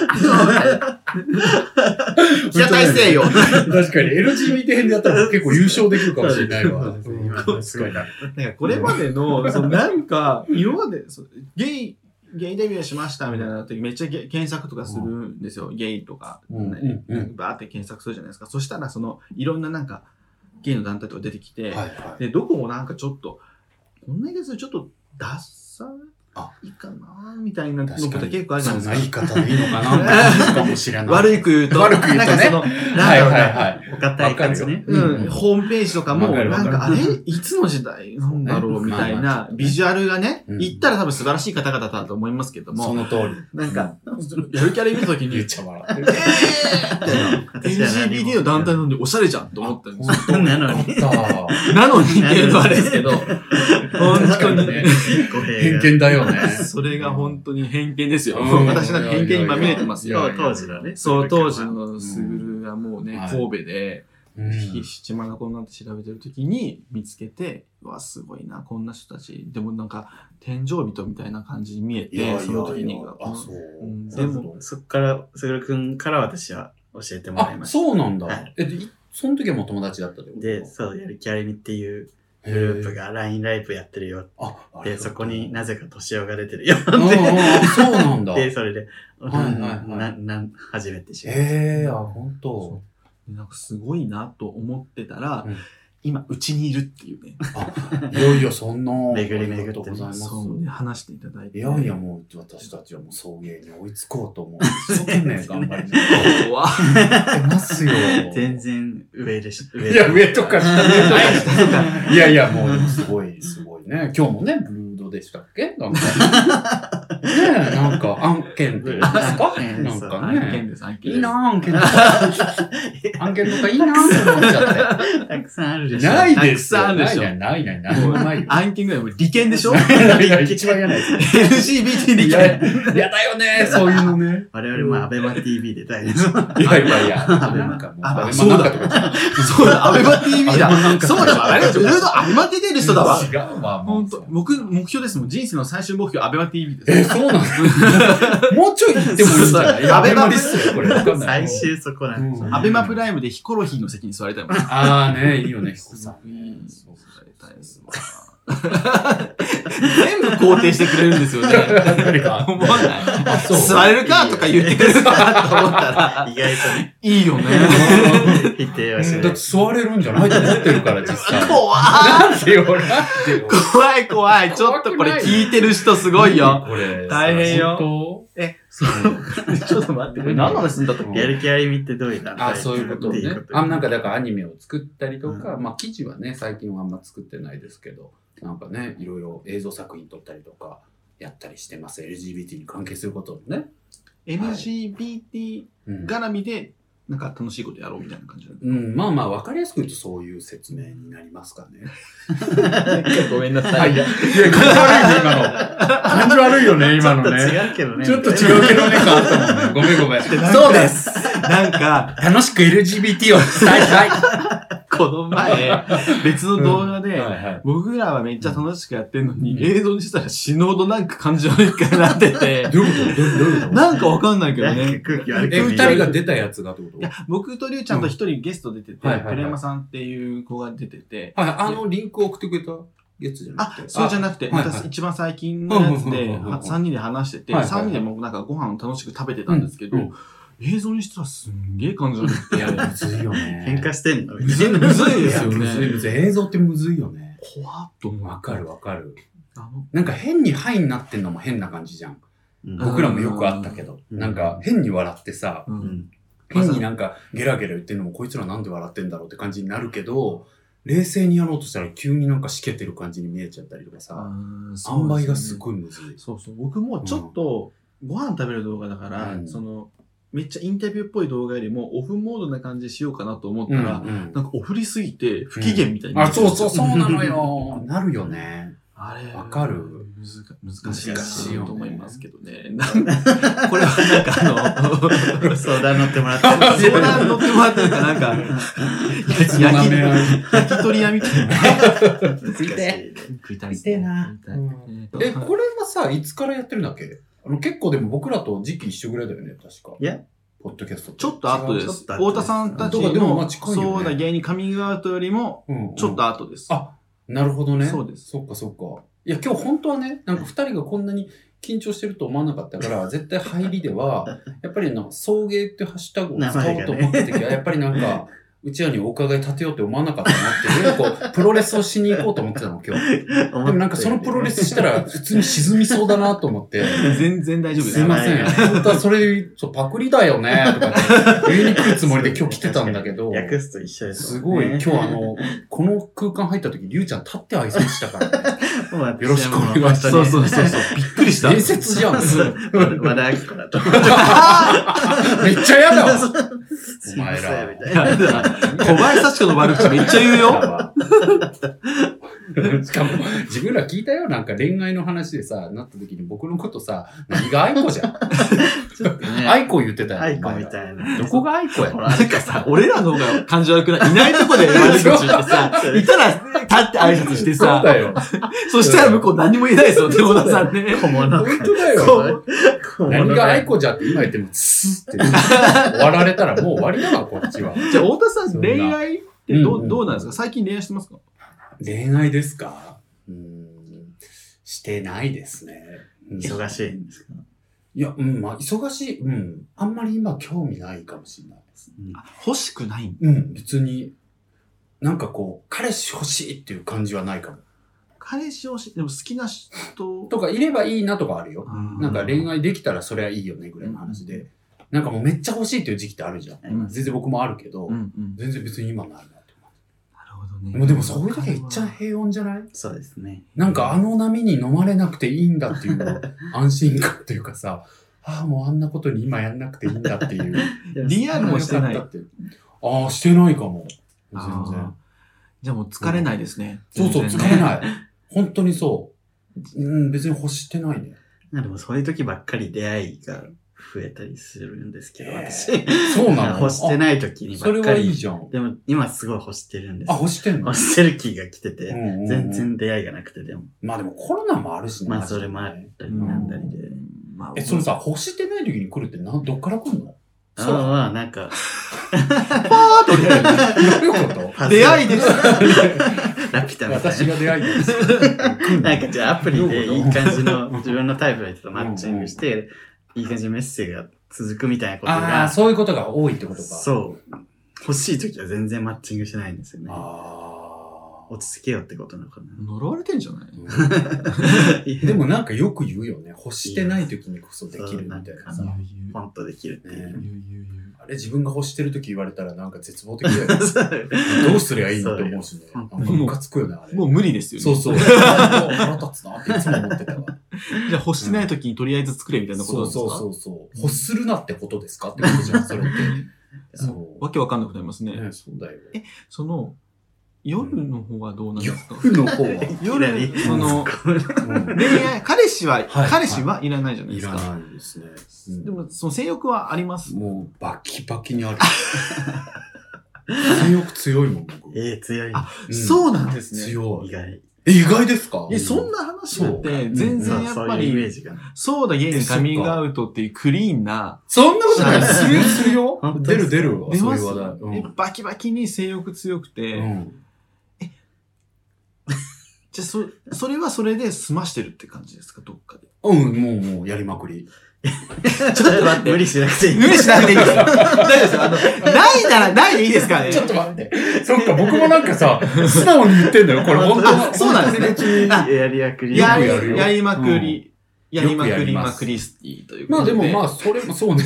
Speaker 3: 記者体制
Speaker 2: よ。
Speaker 3: 確かに、LGBT 編でやったら結構優勝できるかもしれないわ。
Speaker 2: そうですね今のすごいな
Speaker 1: なんかこれまでの、そのなんか、今まで、そうゲイ、ゲイデビューしましたみたいな時、めっちゃゲ検索とかするんですよ。ゲイとか、
Speaker 3: うん
Speaker 1: ね
Speaker 3: うんうん
Speaker 1: バーって検索するじゃないですか。そしたら、その、いろんななんか、ゲイの団体とか出てきて、
Speaker 3: はいはい。
Speaker 1: で、どこもなんかちょっと、こんなやつちょっと、ダッサ
Speaker 3: あ
Speaker 1: いかなみたいなの
Speaker 3: 確
Speaker 1: と
Speaker 3: か
Speaker 1: か
Speaker 3: に。
Speaker 1: 結構あるじゃない
Speaker 3: そん
Speaker 1: で
Speaker 3: な言
Speaker 1: す
Speaker 3: い
Speaker 1: か。
Speaker 3: 方でいいのかなかもしれない。
Speaker 1: 悪いく言うと、
Speaker 3: 悪く言うとね
Speaker 1: なんかその、なん
Speaker 3: はい
Speaker 1: だろ
Speaker 3: は
Speaker 1: う
Speaker 3: い
Speaker 1: な、
Speaker 3: はい。
Speaker 2: お堅い感じね。
Speaker 3: うん
Speaker 1: うん、ホームページとかも、
Speaker 3: わかるわ
Speaker 1: な
Speaker 3: か
Speaker 1: ん
Speaker 3: る
Speaker 1: か、あれいつの時代なんだろうみたい
Speaker 3: まあまあちょっ
Speaker 1: な
Speaker 3: と、ね
Speaker 1: ビジュアルがね、
Speaker 3: うん
Speaker 1: 言ったら多分素晴らしい方々だと思いますけども、
Speaker 3: その通り。
Speaker 1: なんか、やるキャラ見るときに、
Speaker 3: 言
Speaker 1: え
Speaker 3: っちゃ笑ってる。
Speaker 1: ーって
Speaker 2: 私は何も
Speaker 1: LGBT の団体なんでおしゃれじゃんと思ったんですよ。
Speaker 2: なのに。
Speaker 3: よかっ
Speaker 1: なのにっていうのはあれです けど、本
Speaker 3: た。
Speaker 1: 当に
Speaker 3: ね
Speaker 1: ね。
Speaker 2: 語弊
Speaker 3: 偏
Speaker 2: が。
Speaker 3: 見だよね。
Speaker 1: それが本当に偏見ですよ。
Speaker 3: うん
Speaker 1: 私なんか偏見にまみれてます
Speaker 3: いやい
Speaker 1: よ
Speaker 3: や。
Speaker 2: 当時だね。
Speaker 1: そう、当時のスグルがもうね、
Speaker 3: はい
Speaker 1: 神戸で、
Speaker 3: うん
Speaker 1: 七眼になって調べてる時に見つけて、うわ、すごいな、こんな人たち。でもなんか、天井人みたいな感じに見え
Speaker 3: いやいやい
Speaker 1: て、
Speaker 3: や
Speaker 1: その時に。
Speaker 3: あ、そう
Speaker 1: うん。
Speaker 2: でも、そっから、すぐるくんから私は教えてもらい
Speaker 3: あ、
Speaker 2: まし
Speaker 3: そうなん
Speaker 2: は
Speaker 3: だ
Speaker 2: い。
Speaker 3: え、で、いその時はもう友達だったってこ
Speaker 2: た。
Speaker 3: と
Speaker 2: で、そう、やる気ありみっていう
Speaker 3: へ
Speaker 2: グループが LINE ライブやってるよっ
Speaker 3: あ、あ
Speaker 2: て、
Speaker 3: れ
Speaker 2: そこになぜか年をが出てるよ
Speaker 3: ああ、
Speaker 2: っ
Speaker 3: あそうなんだ。
Speaker 2: て、で、
Speaker 3: へ
Speaker 2: それで、
Speaker 3: いはいはい
Speaker 2: な、なん、初めて知る。
Speaker 3: え、あ、本当。
Speaker 1: なんかすごいなと思ってたら、
Speaker 3: うん
Speaker 1: 今、うちにいるっていうね、
Speaker 3: あ、いよいよそんな。
Speaker 2: 巡り巡ってね
Speaker 3: あがとうございます。
Speaker 1: そうね、話していただいて。
Speaker 3: いやいや、もう私たちはもう送迎に追いつこうと思う。一生懸命頑張りながら
Speaker 1: 怖っ
Speaker 3: やってますよ。
Speaker 2: 全然上でし、上
Speaker 3: いや、上とか下でもな い
Speaker 1: そうか
Speaker 3: いやいや、もう、すごい、すごいね。今日もね、ブルードでしたっけなんか。ねえ、なんか、案件っていうんですか
Speaker 2: ね
Speaker 3: なん
Speaker 2: そう
Speaker 3: か
Speaker 1: 案件
Speaker 3: ね。
Speaker 1: です、案件で
Speaker 3: い
Speaker 1: す。
Speaker 3: いなあ案件とか。案件とかいいなあって思っちゃって。
Speaker 2: たくさんあるでしょ。
Speaker 3: ないですよ。
Speaker 1: たくさんあるでしょ
Speaker 3: ないないないない。何もないよ。
Speaker 1: 案件ぐらいもう利権でしょ
Speaker 3: いや、一番嫌なや
Speaker 1: ?LGBT
Speaker 3: つ。
Speaker 1: 利権
Speaker 3: いや、。やだよね、そういうのね。
Speaker 2: 我々もアベマ TV で大 丈夫。
Speaker 3: いやいやいや。
Speaker 2: あ
Speaker 3: なんかもう、
Speaker 1: あ
Speaker 3: あ
Speaker 1: そうだ
Speaker 3: なんかとか
Speaker 1: そうだ、アベマ TV
Speaker 3: あれもな
Speaker 1: だ。
Speaker 3: んか
Speaker 1: そうだ、あれ、ブルードアベマ出てる人だわ。
Speaker 3: 違うわ、もう
Speaker 1: 本当僕、目標ですもん。人生の最終目標、アベマ TV です。
Speaker 3: え、そうなんもうちょい行ってもいいんじゃ
Speaker 1: そうそ
Speaker 3: ない
Speaker 1: う
Speaker 3: やべまですよ、これ。わかんない
Speaker 2: 最終そこなんですよ
Speaker 3: う
Speaker 2: ね
Speaker 3: ん
Speaker 1: アベマプライムでヒコロヒーの席に座りたいもん。
Speaker 3: ああね、いいよね、ヒコさんね。
Speaker 1: そう座りたいですわ全部肯定してくれるんですよ ね。
Speaker 3: 誰か。
Speaker 1: 思わない
Speaker 3: あ、そう。
Speaker 1: 座れるかとか言ってくれるかなと思ったら、
Speaker 2: 意外とね、
Speaker 1: いいよね。
Speaker 2: 否定はし
Speaker 3: う
Speaker 2: な
Speaker 3: んだ
Speaker 2: い
Speaker 3: って。座れるんじゃないと思ってるから、実 際。
Speaker 1: 怖
Speaker 3: なんでよ、なんでよ。
Speaker 1: い怖い怖い。ちょっとこれ聞いてる人すごいよ。
Speaker 3: これ。
Speaker 1: 大変よ
Speaker 3: 本
Speaker 1: え、
Speaker 3: 当。
Speaker 1: ちょっと待って、これ何の話すんだったっ
Speaker 2: や
Speaker 1: け
Speaker 2: る気ありみってどういう団体
Speaker 3: あ、そういうこと
Speaker 2: って
Speaker 3: ね
Speaker 2: い。
Speaker 3: あ、なんかだからアニメを作ったりとか、まあ記事はね、最近はあんま作ってないですけど、なんかね、いろいろ映像作品撮ったりとか、やったりしてます。LGBT に関係することをね。
Speaker 1: ?LGBT
Speaker 3: うん
Speaker 1: 絡みで、なんか楽しいことやろうみたいな感じだね
Speaker 3: うん、まあまあ、わかりやすく言うとそういう説明になりますかね。
Speaker 1: ごめんなさい。
Speaker 3: いや、感じ悪いよ ね、今の。
Speaker 2: ちょっと。違うけどね。
Speaker 3: ちょっと違うけどね、変わったもんね。 ごめんごめん。
Speaker 1: なんか、
Speaker 3: 楽しく LGBT を伝えたい。
Speaker 1: この前、別の動画で、
Speaker 3: はいはい。
Speaker 1: 僕らはめっちゃ楽しくやってんのに、
Speaker 3: うん
Speaker 1: 映像にしたら死ぬほどなんか感情悪くなって て、
Speaker 3: どういうことどうどういうこと
Speaker 1: なんかわかんないけど
Speaker 2: なん
Speaker 1: ね。
Speaker 2: か空気悪く
Speaker 3: え、二
Speaker 2: 見え
Speaker 3: 人
Speaker 2: る
Speaker 3: が出たやつがってこと
Speaker 1: いや、僕とりゅうちゃんと一人ゲスト出てて、
Speaker 3: はいはいはい
Speaker 1: プレマさんっていう子が出てて、
Speaker 3: はい、あのリンクを送ってくれたやつじゃな
Speaker 1: あ
Speaker 3: くて。、
Speaker 1: そうじゃなくて、
Speaker 3: あはいはい
Speaker 1: 私一番最近のやつ
Speaker 3: うんうん
Speaker 1: で、
Speaker 3: うんうんうん
Speaker 1: は3人で話してて、
Speaker 3: はいはいは
Speaker 1: 3
Speaker 3: い
Speaker 1: 人でもうなんかご飯を楽しく食べてたんですけど、
Speaker 3: うんうん
Speaker 1: 映像にしたらすんげえ感情悪くて、
Speaker 3: いや、むずいよね。
Speaker 2: 喧嘩してんの
Speaker 3: むずい、
Speaker 1: むずいですよね
Speaker 3: むずい、むずい。映像ってむずいよね。
Speaker 1: 怖っと思う
Speaker 3: わかるわかる。
Speaker 1: あの、
Speaker 3: なんか変にハイになってんのも変な感じじゃん。
Speaker 2: うん
Speaker 3: 僕らもよくあったけど。
Speaker 2: うん
Speaker 3: なんか変に笑ってさ、
Speaker 1: う。
Speaker 2: うんん
Speaker 3: 変になんかゲラゲラ言ってんのもこいつらなんで笑ってんだろうって感じになるけど、冷静にやろうとしたら急になんかしけてる感じに見えちゃったりとかさ、
Speaker 1: あーそう
Speaker 3: 塩
Speaker 1: ですね
Speaker 3: 梅がすごいむずい。
Speaker 1: そうそう、僕もちょっとご飯食べる動画だから、
Speaker 3: うん
Speaker 1: その、めっちゃインタビューっぽい動画よりもオフモードな感じしようかなと思った
Speaker 3: うん
Speaker 1: ら、
Speaker 3: うん
Speaker 1: なんかオフりすぎて不機嫌みたいにな
Speaker 3: あ、
Speaker 1: っちゃ
Speaker 3: そうそう、
Speaker 1: んですよ
Speaker 3: そうな のよ。なるよね。
Speaker 1: あれ、
Speaker 3: わかる
Speaker 1: むずか難しい
Speaker 2: 難し
Speaker 1: し
Speaker 2: いよ
Speaker 1: い
Speaker 2: ね
Speaker 1: と思いますけどね。 なんかこれはなんかあ の、
Speaker 2: 相談乗ってもらってる
Speaker 1: 相談乗ってもらってるから、なんか、焼き
Speaker 3: つま
Speaker 1: 焼
Speaker 3: め合い
Speaker 1: き焼き鳥屋みたいな。
Speaker 2: 難しいね
Speaker 1: 食いたい
Speaker 2: 食いてえな
Speaker 1: 食いたいね
Speaker 3: え、これはさ、いつからやってるんだっけあの結構でも僕らと時期一緒ぐらいだよね、確か。
Speaker 2: いや。
Speaker 3: ポッドキャスト
Speaker 1: ちょっと後で
Speaker 3: 違う
Speaker 1: す。太田さんたち
Speaker 3: とかでもまあ
Speaker 1: の、
Speaker 3: 近いよね
Speaker 1: そうだ、芸人カミングアウトよりも、
Speaker 3: うんうん
Speaker 1: ちょっと後です。
Speaker 3: あ、なるほどね。
Speaker 1: そうです
Speaker 3: そっかそっか。いや、今日本当はね、なんか二人がこんなに緊張してると思わなかっ たから、絶対入りでは、やっぱりな、送迎ってハッシュタグを使おうと思 った時は、やっぱりなんか、うちらにお伺い立てようって思わなかったなっていう、こう、プロレスをしに行こうと思ってたの、今日。でもなんかそのプロレスしたら、普通に沈みそうだなと思って。
Speaker 1: 全然大丈夫ですす
Speaker 3: い
Speaker 1: よ。
Speaker 3: ません。本当はそれ、そうパクリだよね、とかって言いに来るつもりで今日来てたんだ けど、
Speaker 2: 訳すと一緒です。
Speaker 3: すごい、今日あ、の、この空間入った時、りゅうちゃん立って挨拶したから ね。
Speaker 2: よ
Speaker 3: よろしくお願いします
Speaker 1: そう そうそうそう。びっくりした。
Speaker 3: 伝説じゃん。めっ
Speaker 2: 和田アキ子だと。
Speaker 3: ちゃ嫌だ わ。
Speaker 2: す
Speaker 3: お
Speaker 2: いま
Speaker 3: 前
Speaker 2: せん、み
Speaker 3: ら。
Speaker 2: たいな。
Speaker 1: やだ小林幸子の悪口めっちゃ言うよ。
Speaker 3: しかも、自分ら聞いたよ。なんか恋愛の話でさ、なった時に僕のことさ、何が愛子 じゃん。
Speaker 2: ちょっとね。
Speaker 3: 愛子言ってたよ。
Speaker 2: アイコみ
Speaker 3: い。
Speaker 2: たいな。
Speaker 3: どこが愛子や
Speaker 2: ほら
Speaker 1: なんかさ、俺らの方が感じ悪くない。いないとこで悪口言ってさ、いたら立って挨拶して
Speaker 3: そう
Speaker 1: さ、
Speaker 3: だよ。
Speaker 1: そしたら向こう何も言えないですよ、手も田さんね。
Speaker 2: 小物
Speaker 3: 本
Speaker 2: か。
Speaker 3: 当だ
Speaker 1: そ
Speaker 3: よ
Speaker 1: う。
Speaker 2: 小
Speaker 3: 何
Speaker 2: 物
Speaker 3: が
Speaker 2: か
Speaker 3: 愛子じゃって今言っても、つ ーって終わられたらもう終わりだわ、こっちは。
Speaker 1: じゃあ、太田さん、恋愛ってど
Speaker 3: うんう
Speaker 1: う、
Speaker 3: ん
Speaker 1: どうなんですか最近恋愛してますか
Speaker 3: 恋愛ですかうーん、してないですね。うん
Speaker 2: 忙しいんですか
Speaker 3: いや、うん、まあ、忙しい。うん。あんまり今興味ないかもしれないです。
Speaker 1: 欲しくない
Speaker 3: うん、別に、なんかこう、彼氏欲しいっていう感じはないかも。
Speaker 1: 彼氏欲しい。でも好きな人
Speaker 3: とか、いればいいなとかあるよ。
Speaker 1: うん
Speaker 3: なんか恋愛できたらそれはいいよね、ぐらいの話で。なんかもうめっちゃ欲しいっていう時期ってあるじゃん。
Speaker 2: うん
Speaker 3: 全然僕もあるけど、
Speaker 1: うんうん。なる
Speaker 3: 全然別に今ないなって思
Speaker 1: ほどね。
Speaker 3: う。もうでもそういう時はっちゃ平穏じゃない
Speaker 2: そうですね。
Speaker 3: なんかあの波に飲まれなくていいんだっていう安心感というかさ、ああ、もうあんなことに今やんなくていいんだっていう。
Speaker 1: リアルもしてない
Speaker 3: ああよかったっていうあー、してないかも。全
Speaker 1: あー
Speaker 3: 然。
Speaker 1: じゃあもう疲れないですね。
Speaker 3: そうそう、
Speaker 1: 全
Speaker 3: 疲
Speaker 1: 然
Speaker 3: れない。本当にそう。うん、別に欲してないね。
Speaker 2: でもそういう時ばっかり出会いが増えたりするんですけど、私。
Speaker 3: そうな の
Speaker 2: 欲して
Speaker 3: い。
Speaker 2: ない時に
Speaker 3: そ
Speaker 2: ば
Speaker 3: れ
Speaker 2: っか
Speaker 3: はいい
Speaker 2: り。
Speaker 3: じゃん。
Speaker 2: でも今すごい欲してるんです
Speaker 3: あ、。欲してんの
Speaker 2: 欲してる気が来て
Speaker 3: うん
Speaker 2: て、
Speaker 3: うんうん
Speaker 2: 全然出会いがなくてでも。
Speaker 3: まあでもコロナもあるしね。
Speaker 2: まあそれもあったりなんだりで。
Speaker 1: まあ
Speaker 3: え、それさ、欲してない時に来るってな、どっから来るの
Speaker 2: あ
Speaker 3: そう
Speaker 2: あ まあなんか、
Speaker 1: パーッと 出会い
Speaker 3: どうい うこと
Speaker 2: パズル
Speaker 1: 出会いです。
Speaker 2: ラピュタみたい
Speaker 3: 私
Speaker 2: な。
Speaker 3: が出会いです
Speaker 2: なんかじゃあアプリで
Speaker 3: どう
Speaker 2: い
Speaker 3: い
Speaker 2: うい
Speaker 3: こと
Speaker 2: 感じの自分のタイプの人とマッチングして、いい感じのメッセージが続くみたいなこと
Speaker 3: ああ、
Speaker 2: が、
Speaker 3: そういうことが多いってことか。
Speaker 2: そう。欲しい時は全然マッチングしないんですよね。
Speaker 3: ああ。
Speaker 2: 落ち着けよってことなのかな。
Speaker 1: 呪われてんじゃない
Speaker 3: でもなんかよく言うよね。欲してない時にこそできるみたいな
Speaker 2: そ
Speaker 3: さ
Speaker 2: う。
Speaker 1: 言
Speaker 2: ポンとできるっていう。
Speaker 3: ね
Speaker 1: う
Speaker 3: あれ自分が欲してる時言われたらなんか絶望的だよ ね。
Speaker 2: そう
Speaker 3: どうすりゃいいのって思うしね。なんかムカつくよね、あれ。
Speaker 1: もう無理ですよね。
Speaker 3: そう そう。腹立つなっていつも思ってたわ。
Speaker 1: じゃあ欲してない時にとりあえず作れみたいなこと
Speaker 3: そ
Speaker 1: なん
Speaker 3: う
Speaker 1: ですか
Speaker 3: そうそうそう。欲するなってことですかってことじゃん、それって。 そう。
Speaker 1: わけわかんなくなりますね。
Speaker 3: ねそうだよ。
Speaker 1: その、夜の方はどうなんですか
Speaker 3: の方 は。
Speaker 1: 夜
Speaker 2: いきなり
Speaker 1: その恋 愛、彼氏は、
Speaker 3: はい
Speaker 1: 彼氏はいらないじゃない
Speaker 3: い
Speaker 1: です
Speaker 3: ら
Speaker 1: か。
Speaker 3: ないですね。
Speaker 1: でも、その性欲はあります。
Speaker 3: もうバキバキにある。性欲強いもん、僕。
Speaker 2: ええ、強い。
Speaker 1: あそうなんですね。
Speaker 3: 強
Speaker 2: 意
Speaker 3: い。
Speaker 2: 外。
Speaker 3: え、意外ですか
Speaker 1: え、そんな話だって、全
Speaker 2: ま
Speaker 1: 然
Speaker 2: あ
Speaker 1: やっ
Speaker 2: そう
Speaker 1: ぱ
Speaker 2: いうイメー
Speaker 1: り、
Speaker 2: ジが。
Speaker 1: そうだ、ゲイにカミングアウトっていうクリーンな、
Speaker 3: そんなことない。するよ、する
Speaker 2: 本
Speaker 3: よ。
Speaker 2: 当
Speaker 3: 出
Speaker 2: です
Speaker 3: る
Speaker 2: か
Speaker 3: 出るわ。
Speaker 1: 出
Speaker 3: そう
Speaker 1: ま
Speaker 3: い
Speaker 1: す
Speaker 3: う話題。うん
Speaker 1: えバキバキに性欲強くて、
Speaker 3: うん
Speaker 1: じゃあそ、それはそれで済ましてるって感じですか、どっかで。
Speaker 3: うん、もうもう、やりまくり。
Speaker 1: ちょっと待って
Speaker 2: 無理しなくていい。
Speaker 1: 無理しなくていい です。大丈夫ですよ。あの、ないならないでいいですからね。
Speaker 3: ちょっと待って。 そっか、僕もなんかさ、素直に言ってんだよ、これ。本当
Speaker 1: あそうなんですね
Speaker 2: 本当にやりやくり。
Speaker 1: や
Speaker 3: よくやる
Speaker 1: り、
Speaker 3: よ
Speaker 1: やりまくり、やりま
Speaker 3: よ
Speaker 1: く
Speaker 3: くや
Speaker 1: り
Speaker 3: ります
Speaker 1: まくりスティというこ
Speaker 3: まあ
Speaker 1: と
Speaker 3: で
Speaker 1: で。
Speaker 3: もまあ、それもそうね。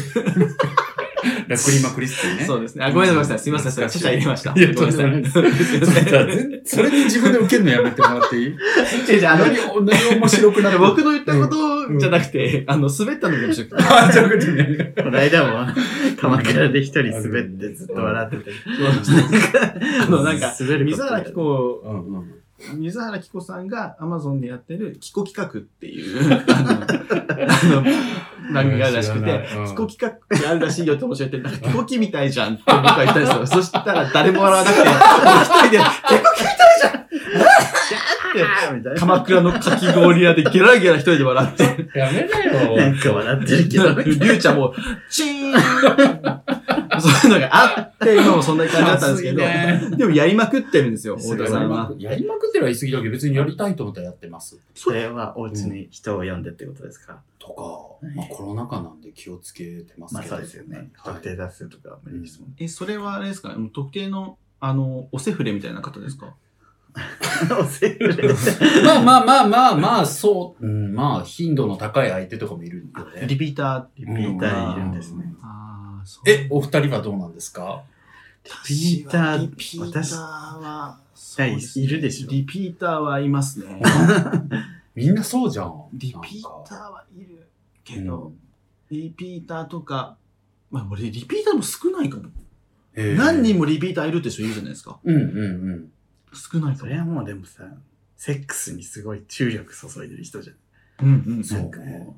Speaker 3: ラクリマクリスティね。
Speaker 1: そうですね。あ、ごめんなさい。すみません。それ、ちょっと入れました。
Speaker 3: いや
Speaker 1: ごめんなさい。
Speaker 3: とそれに自分で受けるのやめてもらっていい
Speaker 1: 違う違うあの、
Speaker 3: 何何面白くなってる
Speaker 1: 僕の言ったことじゃなくて、あの、滑ったのが面白くて。
Speaker 3: あ、そういうことね。
Speaker 2: この間も、鎌倉で一人滑ってずっと笑ってて。
Speaker 1: あの、なんか、
Speaker 2: 滑るこ
Speaker 1: 水
Speaker 2: と
Speaker 1: 原希子、
Speaker 3: うんうん。
Speaker 1: 水原希子さんが Amazon でやってる、キコ企画って いう、あの、あの番組があるらしく
Speaker 3: 知ら
Speaker 1: て
Speaker 3: ないうん、
Speaker 1: キコ企画ってあるらしいよって面白いって、なんか、キコキみたいじゃんって僕は言ったんですよ。 そしたら誰も笑わなくて、もう一人で、
Speaker 2: であーみたいな。
Speaker 1: 鎌倉のかき氷屋でゲラゲラ一人で笑って、
Speaker 3: やめな
Speaker 2: な
Speaker 3: よ。
Speaker 2: んか笑ってるけど。
Speaker 1: りゅうちゃんも、チーンそういうのがあって、今もそんな感じだったんですけど、
Speaker 3: 熱い
Speaker 1: でもやりまくってるんですよ、
Speaker 2: す
Speaker 1: 太
Speaker 2: ごい
Speaker 1: 田さんは。
Speaker 3: やりまくってるは言い過ぎだけど、別にやりたいと思ったらやってます。
Speaker 2: それはお家に人を呼んでってことですか
Speaker 3: とか、まあコロナ禍なんで気をつけてます
Speaker 2: まあ
Speaker 3: けど。
Speaker 2: そうですよね。
Speaker 3: はい
Speaker 2: 特定多数とかは無理ですもんね。
Speaker 1: え、それはあれですかね、特定の、あの、おセフレみたいな方ですか
Speaker 2: おせっか
Speaker 3: まあまあまあまあまあ、そう、うん、まあ、頻度の高い相手とかもいるんでね。
Speaker 1: リピーター。
Speaker 2: リピーターいるんですね。
Speaker 1: ああ、そう
Speaker 3: え、お二人はどうなんですか
Speaker 1: リピーター、
Speaker 2: リ
Speaker 1: リ
Speaker 2: ピ
Speaker 1: ピ
Speaker 2: ー
Speaker 1: ー
Speaker 2: タ
Speaker 1: タ
Speaker 2: ー
Speaker 1: ーは、
Speaker 2: いやいるでしょ
Speaker 1: リピーターはいますね。
Speaker 3: みんなそうじゃん。
Speaker 1: リピーターはいるけ
Speaker 3: なんか
Speaker 1: ど、リピーターとか、まあ俺リピーターも少ないかも。
Speaker 3: うん
Speaker 1: 何人もリピーターいるって人いるじゃないですか。
Speaker 3: うんうんうん。
Speaker 1: 少ない
Speaker 2: そ
Speaker 1: か
Speaker 2: れ
Speaker 1: も。
Speaker 2: はもうでもさ、セックスにすごい注力注いでる人じゃん。
Speaker 1: うんうん、
Speaker 3: そ
Speaker 1: そうう。
Speaker 2: なんかも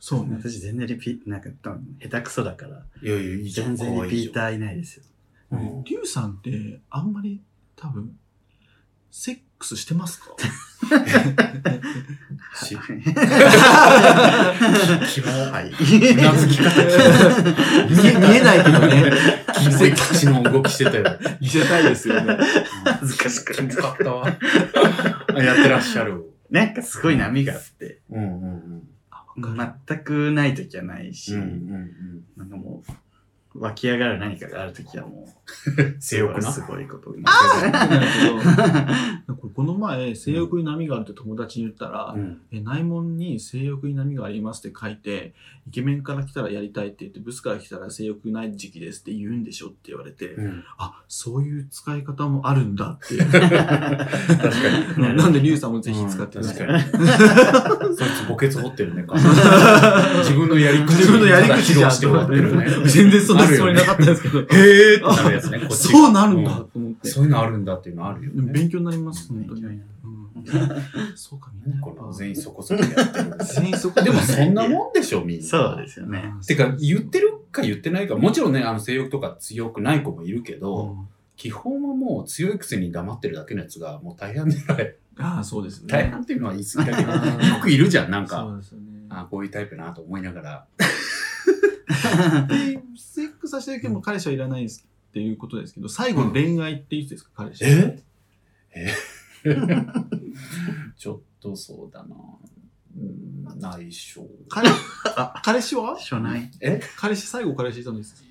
Speaker 1: そう
Speaker 2: う、
Speaker 1: ね。
Speaker 2: 私全然リピ、なんか多分下手くそだから、
Speaker 3: いやいや、いいじゃ
Speaker 2: 全
Speaker 3: ん。
Speaker 2: 然リピーターいないですよ。
Speaker 3: 可愛いじゃん。うん
Speaker 1: リュウさんって、あんまり多分、セックスしてます か
Speaker 3: し
Speaker 2: キモはい。
Speaker 3: うなずき方
Speaker 1: 見え見えないけどね。
Speaker 3: 金星吉の動きしてたよ。
Speaker 1: 見せたいですよね。
Speaker 2: 恥ずかし
Speaker 3: キ
Speaker 2: く
Speaker 3: モ
Speaker 2: な
Speaker 3: かったわ。やってらっしゃる。
Speaker 2: なんかすごい波があって、
Speaker 3: うんうん
Speaker 2: 全くない時はないし、
Speaker 3: うん。うん
Speaker 2: なんかもう、湧き上がる何かがある時はも
Speaker 3: うん。
Speaker 2: う、
Speaker 3: 性欲な
Speaker 2: す。ごいことにな
Speaker 1: な
Speaker 2: る。
Speaker 1: んだけどこの前、性欲に波があるって友達に言ったら、
Speaker 3: うん。
Speaker 1: え内門に性欲に波がありますって書いて、イケメンから来たらやりたいって言って、ブスから来たら性欲ない時期ですって言うんでしょって言われて、
Speaker 3: うん
Speaker 1: あ、そういう使い方もあるんだって。
Speaker 3: 確かに。
Speaker 1: なんでリュウさんもぜひ使ってください。
Speaker 3: うん確かに。そいつ墓穴掘ってるね。自分のやり口
Speaker 1: 自分のやり口じゃん
Speaker 3: してもらって るね。
Speaker 1: 全然そんなつもりなかったんですけど。
Speaker 3: へえーってなるやつね。こっちが
Speaker 1: そうなるんだと思って。
Speaker 3: そういうのあるんだっていうのあるよ
Speaker 1: でも
Speaker 3: ね。
Speaker 1: 勉強になります、本当に。 うんそうか、みんなや
Speaker 3: こ
Speaker 1: っ
Speaker 3: の
Speaker 1: ぱ。
Speaker 3: 全員そこそこやってる。
Speaker 1: 全員そこ
Speaker 3: でもそんなもんでしょ、みんな。
Speaker 2: そうですよ ね。
Speaker 3: てか、言ってるか言ってないか、もちろんね、あの性欲とか強くない子もいるけ
Speaker 1: う
Speaker 3: ど、
Speaker 1: ん
Speaker 3: 基本はもう強いくせに黙ってるだけのやつが、もう大半じゃない。
Speaker 1: ああ、そうですね。
Speaker 3: 大半っていうのは言い過ぎだけど、
Speaker 1: あー
Speaker 3: よくいるじゃん、なん
Speaker 1: そ
Speaker 3: か。
Speaker 1: うですよね。
Speaker 3: あーこういうタイプなと思いながら。
Speaker 1: で、セックスさせてるけども彼氏はいらないですっていうことですけど、最後の恋愛っていつですか、彼氏。
Speaker 3: えちょっとそうだな。うん内緒。
Speaker 1: 彼あ彼氏は
Speaker 2: 初内。
Speaker 3: え
Speaker 1: 彼氏、最後彼氏いたんです。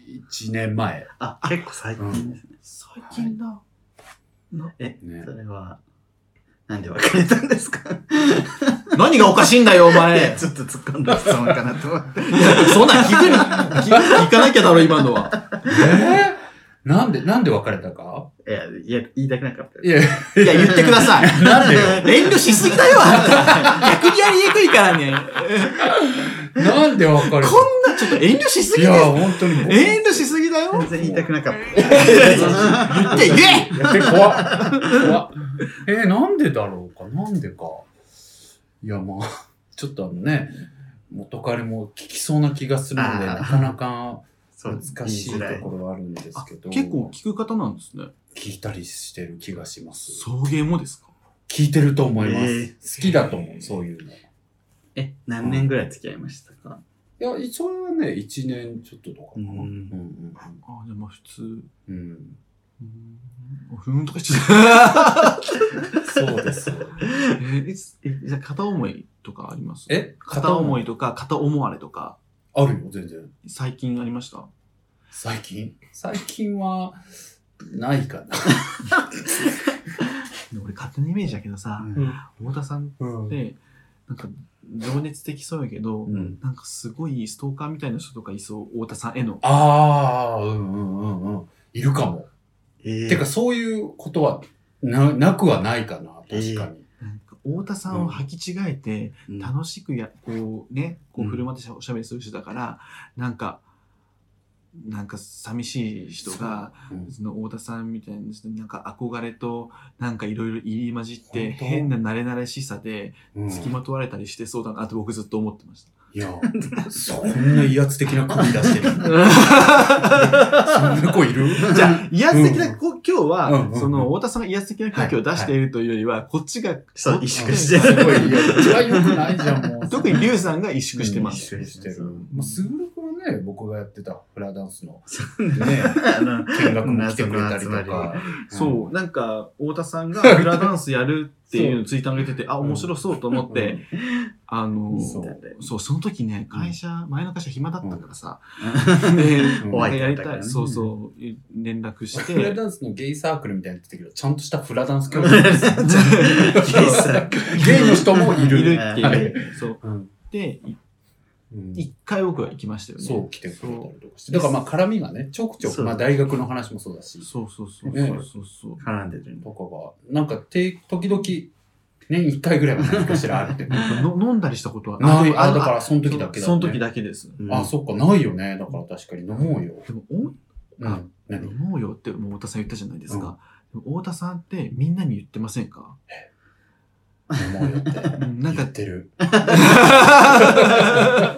Speaker 3: ?1 年前。
Speaker 2: あ、結構最近ですね。
Speaker 1: 最近だ。
Speaker 2: え、
Speaker 3: ね
Speaker 2: それは、なんで別れたんですか
Speaker 1: 何がおかしいんだよ、お
Speaker 2: い
Speaker 1: 前
Speaker 2: や ちょっと突っ込んだ質問かなと思って。
Speaker 1: いやそんなん聞くに、聞聞かなきゃだろ、今のは。
Speaker 3: えーなんで、なんで別れたか
Speaker 2: いや、いや、言いたくなかった
Speaker 3: いや、
Speaker 1: いや、言ってください。
Speaker 3: なんでよ。
Speaker 1: 遠慮しすぎだよ、あなた逆にやりにくいからね。
Speaker 3: なんで別れた
Speaker 1: こんな、ちょっと遠慮しす
Speaker 3: い
Speaker 1: ぎで
Speaker 3: や、
Speaker 1: す。
Speaker 3: 本当に。
Speaker 1: 遠慮しすぎだよ。
Speaker 2: 全然言いたくな かっ
Speaker 1: 言って言え
Speaker 3: やって怖っ。怖っ。えーなんでだろうか、なんでか。いや、まあ、 ちょっとあのね、元彼も聞きそうな気がするので、
Speaker 2: あー
Speaker 3: なかなか
Speaker 2: た。そう
Speaker 3: 難しい
Speaker 2: 言づら
Speaker 3: ところはあるんですけど、
Speaker 1: 結構聞く方なんですね。
Speaker 3: 聞いたりしてる気がします。
Speaker 1: 送迎もですか
Speaker 3: 聞いてると思います。
Speaker 2: え
Speaker 3: 好きだと思う、そういうの。
Speaker 2: え、何年ぐらい付き合いましたか
Speaker 3: いや、それはね、1年ちょっととかかな。
Speaker 2: うん
Speaker 3: うん
Speaker 1: ああ、でも普通。う
Speaker 3: うんうん
Speaker 1: んあふーんとか言っちゃった。
Speaker 3: そうで す。
Speaker 1: え、いつえじゃあ片思いとかあります
Speaker 3: え
Speaker 1: 片思いとか、片思われとか、
Speaker 3: あるよ、全然。
Speaker 1: 最近ありました
Speaker 3: 最近最近は、ないかな。
Speaker 1: で俺勝手なイメージだけどさ、太田さん
Speaker 3: うん
Speaker 1: って、なんか、情熱的そうやけど、
Speaker 3: うん、
Speaker 1: なんかすごいストーカーみたいな人とかいそう、太田さんへの。
Speaker 3: ああ、うんうんうんうん。いるかも。
Speaker 2: えー
Speaker 3: てか、そういうことはな、なくはないかな、確
Speaker 1: な
Speaker 3: かに。
Speaker 1: んか太田さんを履き違えて、
Speaker 2: うん
Speaker 1: 楽しくや、こうね、こう
Speaker 2: うん
Speaker 1: 振る舞ってしゃおしゃべりする人だから、なんか、なんか寂しい人が、
Speaker 3: うん
Speaker 1: その太田さんみたいな人になんか憧れと、なんかいろいろ入り混じって、
Speaker 3: 本当
Speaker 1: 変な慣れ慣れしさで、
Speaker 3: うん
Speaker 1: 付きまとわれたりしてそうだなって僕ずっと思ってました。
Speaker 3: いや、そんな威圧的な声出してる。 そんな子いる
Speaker 1: じゃあ、威圧的な、こ今日は、
Speaker 3: うんうん
Speaker 1: その、太田さんが威圧的な空気を出しているというよりは、こっちが、
Speaker 2: そう
Speaker 1: こっ
Speaker 2: 萎
Speaker 1: ち
Speaker 2: 縮して
Speaker 3: す ごい、いや、一番良くないじゃん、もう。
Speaker 1: 特にリュウさんが萎縮してます。
Speaker 2: うん萎縮してる
Speaker 3: まあ、すぐるくんはね、僕がやってたフラダンスの、ね、
Speaker 2: あの
Speaker 3: 見学も来てくれたりと
Speaker 2: 謎の集ま
Speaker 3: か。
Speaker 1: そう、なんか、太田さんがフラダンスやるって いうのをツイッターに上げてて、あ、
Speaker 3: ん
Speaker 1: 面白そうと思って、あの、
Speaker 3: そ
Speaker 1: そうう、その時ね、会社、前の会社暇だったからさ、
Speaker 2: り
Speaker 1: で、
Speaker 2: お相手
Speaker 1: や
Speaker 2: だっ
Speaker 1: り
Speaker 2: たからね
Speaker 1: たい、そうそう、連絡し
Speaker 3: フラ
Speaker 1: て、
Speaker 3: ダンスのゲイサークルみたいに言ってたけど、ちゃんとしたフラダンス教室で す。
Speaker 2: ゲイサーク
Speaker 3: ゲイの人もい
Speaker 1: い
Speaker 3: る。
Speaker 1: るって
Speaker 3: はい
Speaker 1: いう、そう。
Speaker 3: うん
Speaker 1: で、い
Speaker 3: うん
Speaker 1: 一回僕は行きましたよね。
Speaker 3: そう来てくれたりとかして。だからまあ絡みがね、ちょくちょ
Speaker 2: そ
Speaker 3: く、
Speaker 2: う
Speaker 3: まあ大学の話もそうだし、
Speaker 1: そうそうそう
Speaker 3: ね
Speaker 1: そうそうそう。
Speaker 2: 絡んで るんだ
Speaker 3: とかが、なんかて時々、年一回ぐらいは何かしらある って。な
Speaker 1: の飲んだりしたことはで
Speaker 3: い、
Speaker 1: も
Speaker 3: あ、だからその時だけだ、ね。
Speaker 1: その時だけです。
Speaker 2: うん
Speaker 3: あ、そっか、ないよね。だから確かに飲もうよ。
Speaker 1: でも、お
Speaker 3: あ、何
Speaker 1: 飲もうよってもう太田さん言ったじゃないですか。でも太田さんってみんなに言ってません か
Speaker 3: 飲もうよって。
Speaker 1: うんなん
Speaker 3: 言
Speaker 1: か、
Speaker 3: ってる。
Speaker 2: あ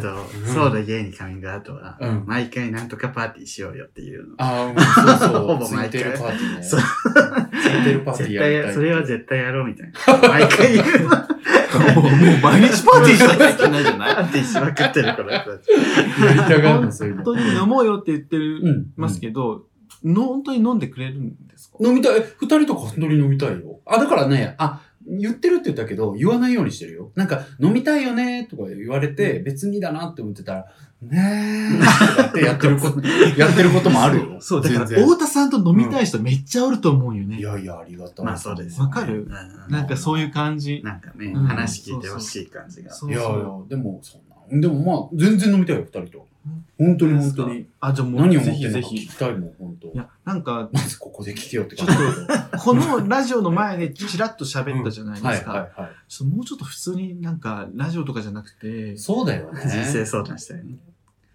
Speaker 2: と、そうだ、ゲイにカミングアウトは、
Speaker 3: うん
Speaker 2: 毎回なんとかパーティーしようよっていうの。
Speaker 3: あ あ、そう
Speaker 2: ほ
Speaker 3: そう。
Speaker 2: ぼ
Speaker 3: ツイー
Speaker 2: 毎回
Speaker 3: テールパーティーね。ツ
Speaker 2: そ
Speaker 3: イ
Speaker 2: う
Speaker 3: ーテールパーティー
Speaker 2: 絶
Speaker 3: やりたいって。
Speaker 2: 対、それは絶対やろうみたいな。毎回言うの。パ
Speaker 1: もうもう毎日パーティーしなきゃいけないじゃない
Speaker 2: ーティーしまくってるから。
Speaker 3: やりたがるの、そういう
Speaker 1: 本
Speaker 3: の。
Speaker 1: 当に飲もうよって言って
Speaker 3: う
Speaker 1: る
Speaker 3: ん。
Speaker 1: ますけど、の本当に飲んでくれるんですか
Speaker 3: 飲みたい。え二人とか本当に飲みたいよ。あ、だからね、あ、言ってるって言ったけど、言わないようにしてるよ。なんか、飲みたいよねとか言われて、別にだなって思ってたら、ねーとかってやってること、やってることもあるよ。
Speaker 1: そう、だから
Speaker 3: 全然
Speaker 1: 太田さんと飲みたい人めっちゃおると思うよ
Speaker 3: い
Speaker 1: ね。
Speaker 3: やいや、ありがたい。
Speaker 2: まあそうですよ
Speaker 1: わ
Speaker 2: ね。
Speaker 1: かる
Speaker 2: うん
Speaker 1: なんかそういう感じ。
Speaker 2: なんかね、
Speaker 1: うん
Speaker 2: 話聞いてほしい感じが。
Speaker 1: そう
Speaker 3: いやいや
Speaker 1: そう。、
Speaker 3: でも、そんな。でもまあ、全然飲みたいよ、二人と。本当に本当に。
Speaker 1: あ、じゃあもう、
Speaker 3: 何を
Speaker 1: ぜ
Speaker 3: 思って
Speaker 1: ひ
Speaker 3: る
Speaker 1: ぜ
Speaker 3: のか聞
Speaker 1: ひ。い
Speaker 3: きたいもん、本当。
Speaker 1: や、なんか、
Speaker 3: まずここで聞けよって感じだけど。
Speaker 1: このラジオの前でチラッと喋ったじゃない
Speaker 3: は
Speaker 1: で
Speaker 3: い
Speaker 1: すか。
Speaker 3: はいは
Speaker 1: ちょっともうちょっと普通になんか、ラジオとかじゃなくて、い
Speaker 3: い。そうだ よね。
Speaker 2: 人生相談したよね。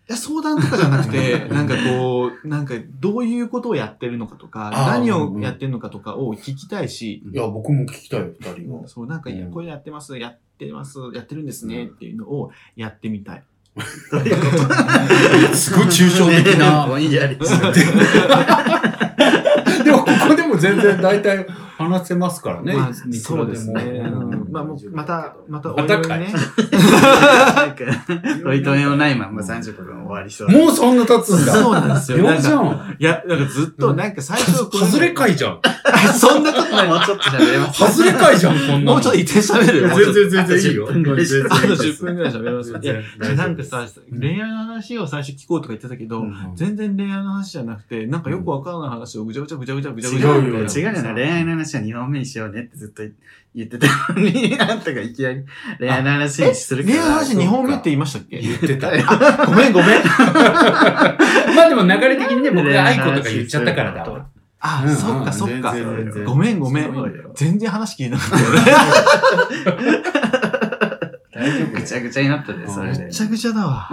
Speaker 1: や、相談とかじゃなく て、なんかこう、なんかどういうことをやってるのかとか、
Speaker 3: あー
Speaker 1: 何をやってるのかとかを聞きたいし、
Speaker 3: いや、僕も聞きたいよ、二人 は。
Speaker 1: そう、なんか、いや
Speaker 3: うん
Speaker 1: これやってます、やってます、やってるんですね、っていうのをやってみたい。
Speaker 2: どういうこと
Speaker 3: すごい抽象 的 な。
Speaker 2: ぼんやりしてる
Speaker 3: でも、ここでも全然大体話せますからね。
Speaker 1: まあ、
Speaker 3: いくらも
Speaker 1: そうですね。うんまあ、もう、また、また、おいおいね。
Speaker 2: なんか、取り留めもないまんま30分終わり そう。
Speaker 3: もうそんな経つんだ。
Speaker 1: そうなんですよ。
Speaker 3: 秒じゃ
Speaker 1: なんか
Speaker 3: ん。
Speaker 1: いや、なんかずっと、なんか最初、こう
Speaker 3: 外れ会じゃん。
Speaker 1: そんなことない。
Speaker 2: もうちょっと喋れます。
Speaker 3: 外れ会じゃん、こんなの。
Speaker 1: もうちょっと一定喋るよ。もうちょっと
Speaker 2: 全然全然いいよ
Speaker 3: あと10分ぐらしか
Speaker 1: あと10分ぐらい喋ります
Speaker 3: 全
Speaker 1: いや
Speaker 3: 然、
Speaker 1: なんかさ、
Speaker 3: うん
Speaker 1: 恋愛の話を最初聞こうとか言ってたけど、全然恋愛の話じゃなくて、なんかよくわからない話をぐちゃぐちゃぐちゃぐちゃぐちゃぐ
Speaker 2: 違う
Speaker 1: ちゃ
Speaker 2: よ、
Speaker 1: みたいな
Speaker 2: 違うよな。恋愛の話は2本目にしようねってずっと言ってたのに、あんたがいきなり恋愛の話にするから。
Speaker 1: 恋愛の話2本目って言いましたっけ
Speaker 3: 言ってた。
Speaker 1: ごめんごめん。
Speaker 3: まあでも流れ的にね、僕
Speaker 2: 恋
Speaker 3: が
Speaker 2: 愛
Speaker 3: 愛子
Speaker 2: の
Speaker 3: と
Speaker 2: 話
Speaker 3: か言っちゃったからだわ。
Speaker 1: あ、
Speaker 3: うん
Speaker 1: そっかそっか
Speaker 3: 全。然全然
Speaker 1: ごめんごめん
Speaker 2: そうよ。
Speaker 1: 全然話聞いてなかったよね。
Speaker 3: 大丈
Speaker 2: ぐちゃぐちゃになったで、それで。
Speaker 1: ぐちゃぐちゃだわ。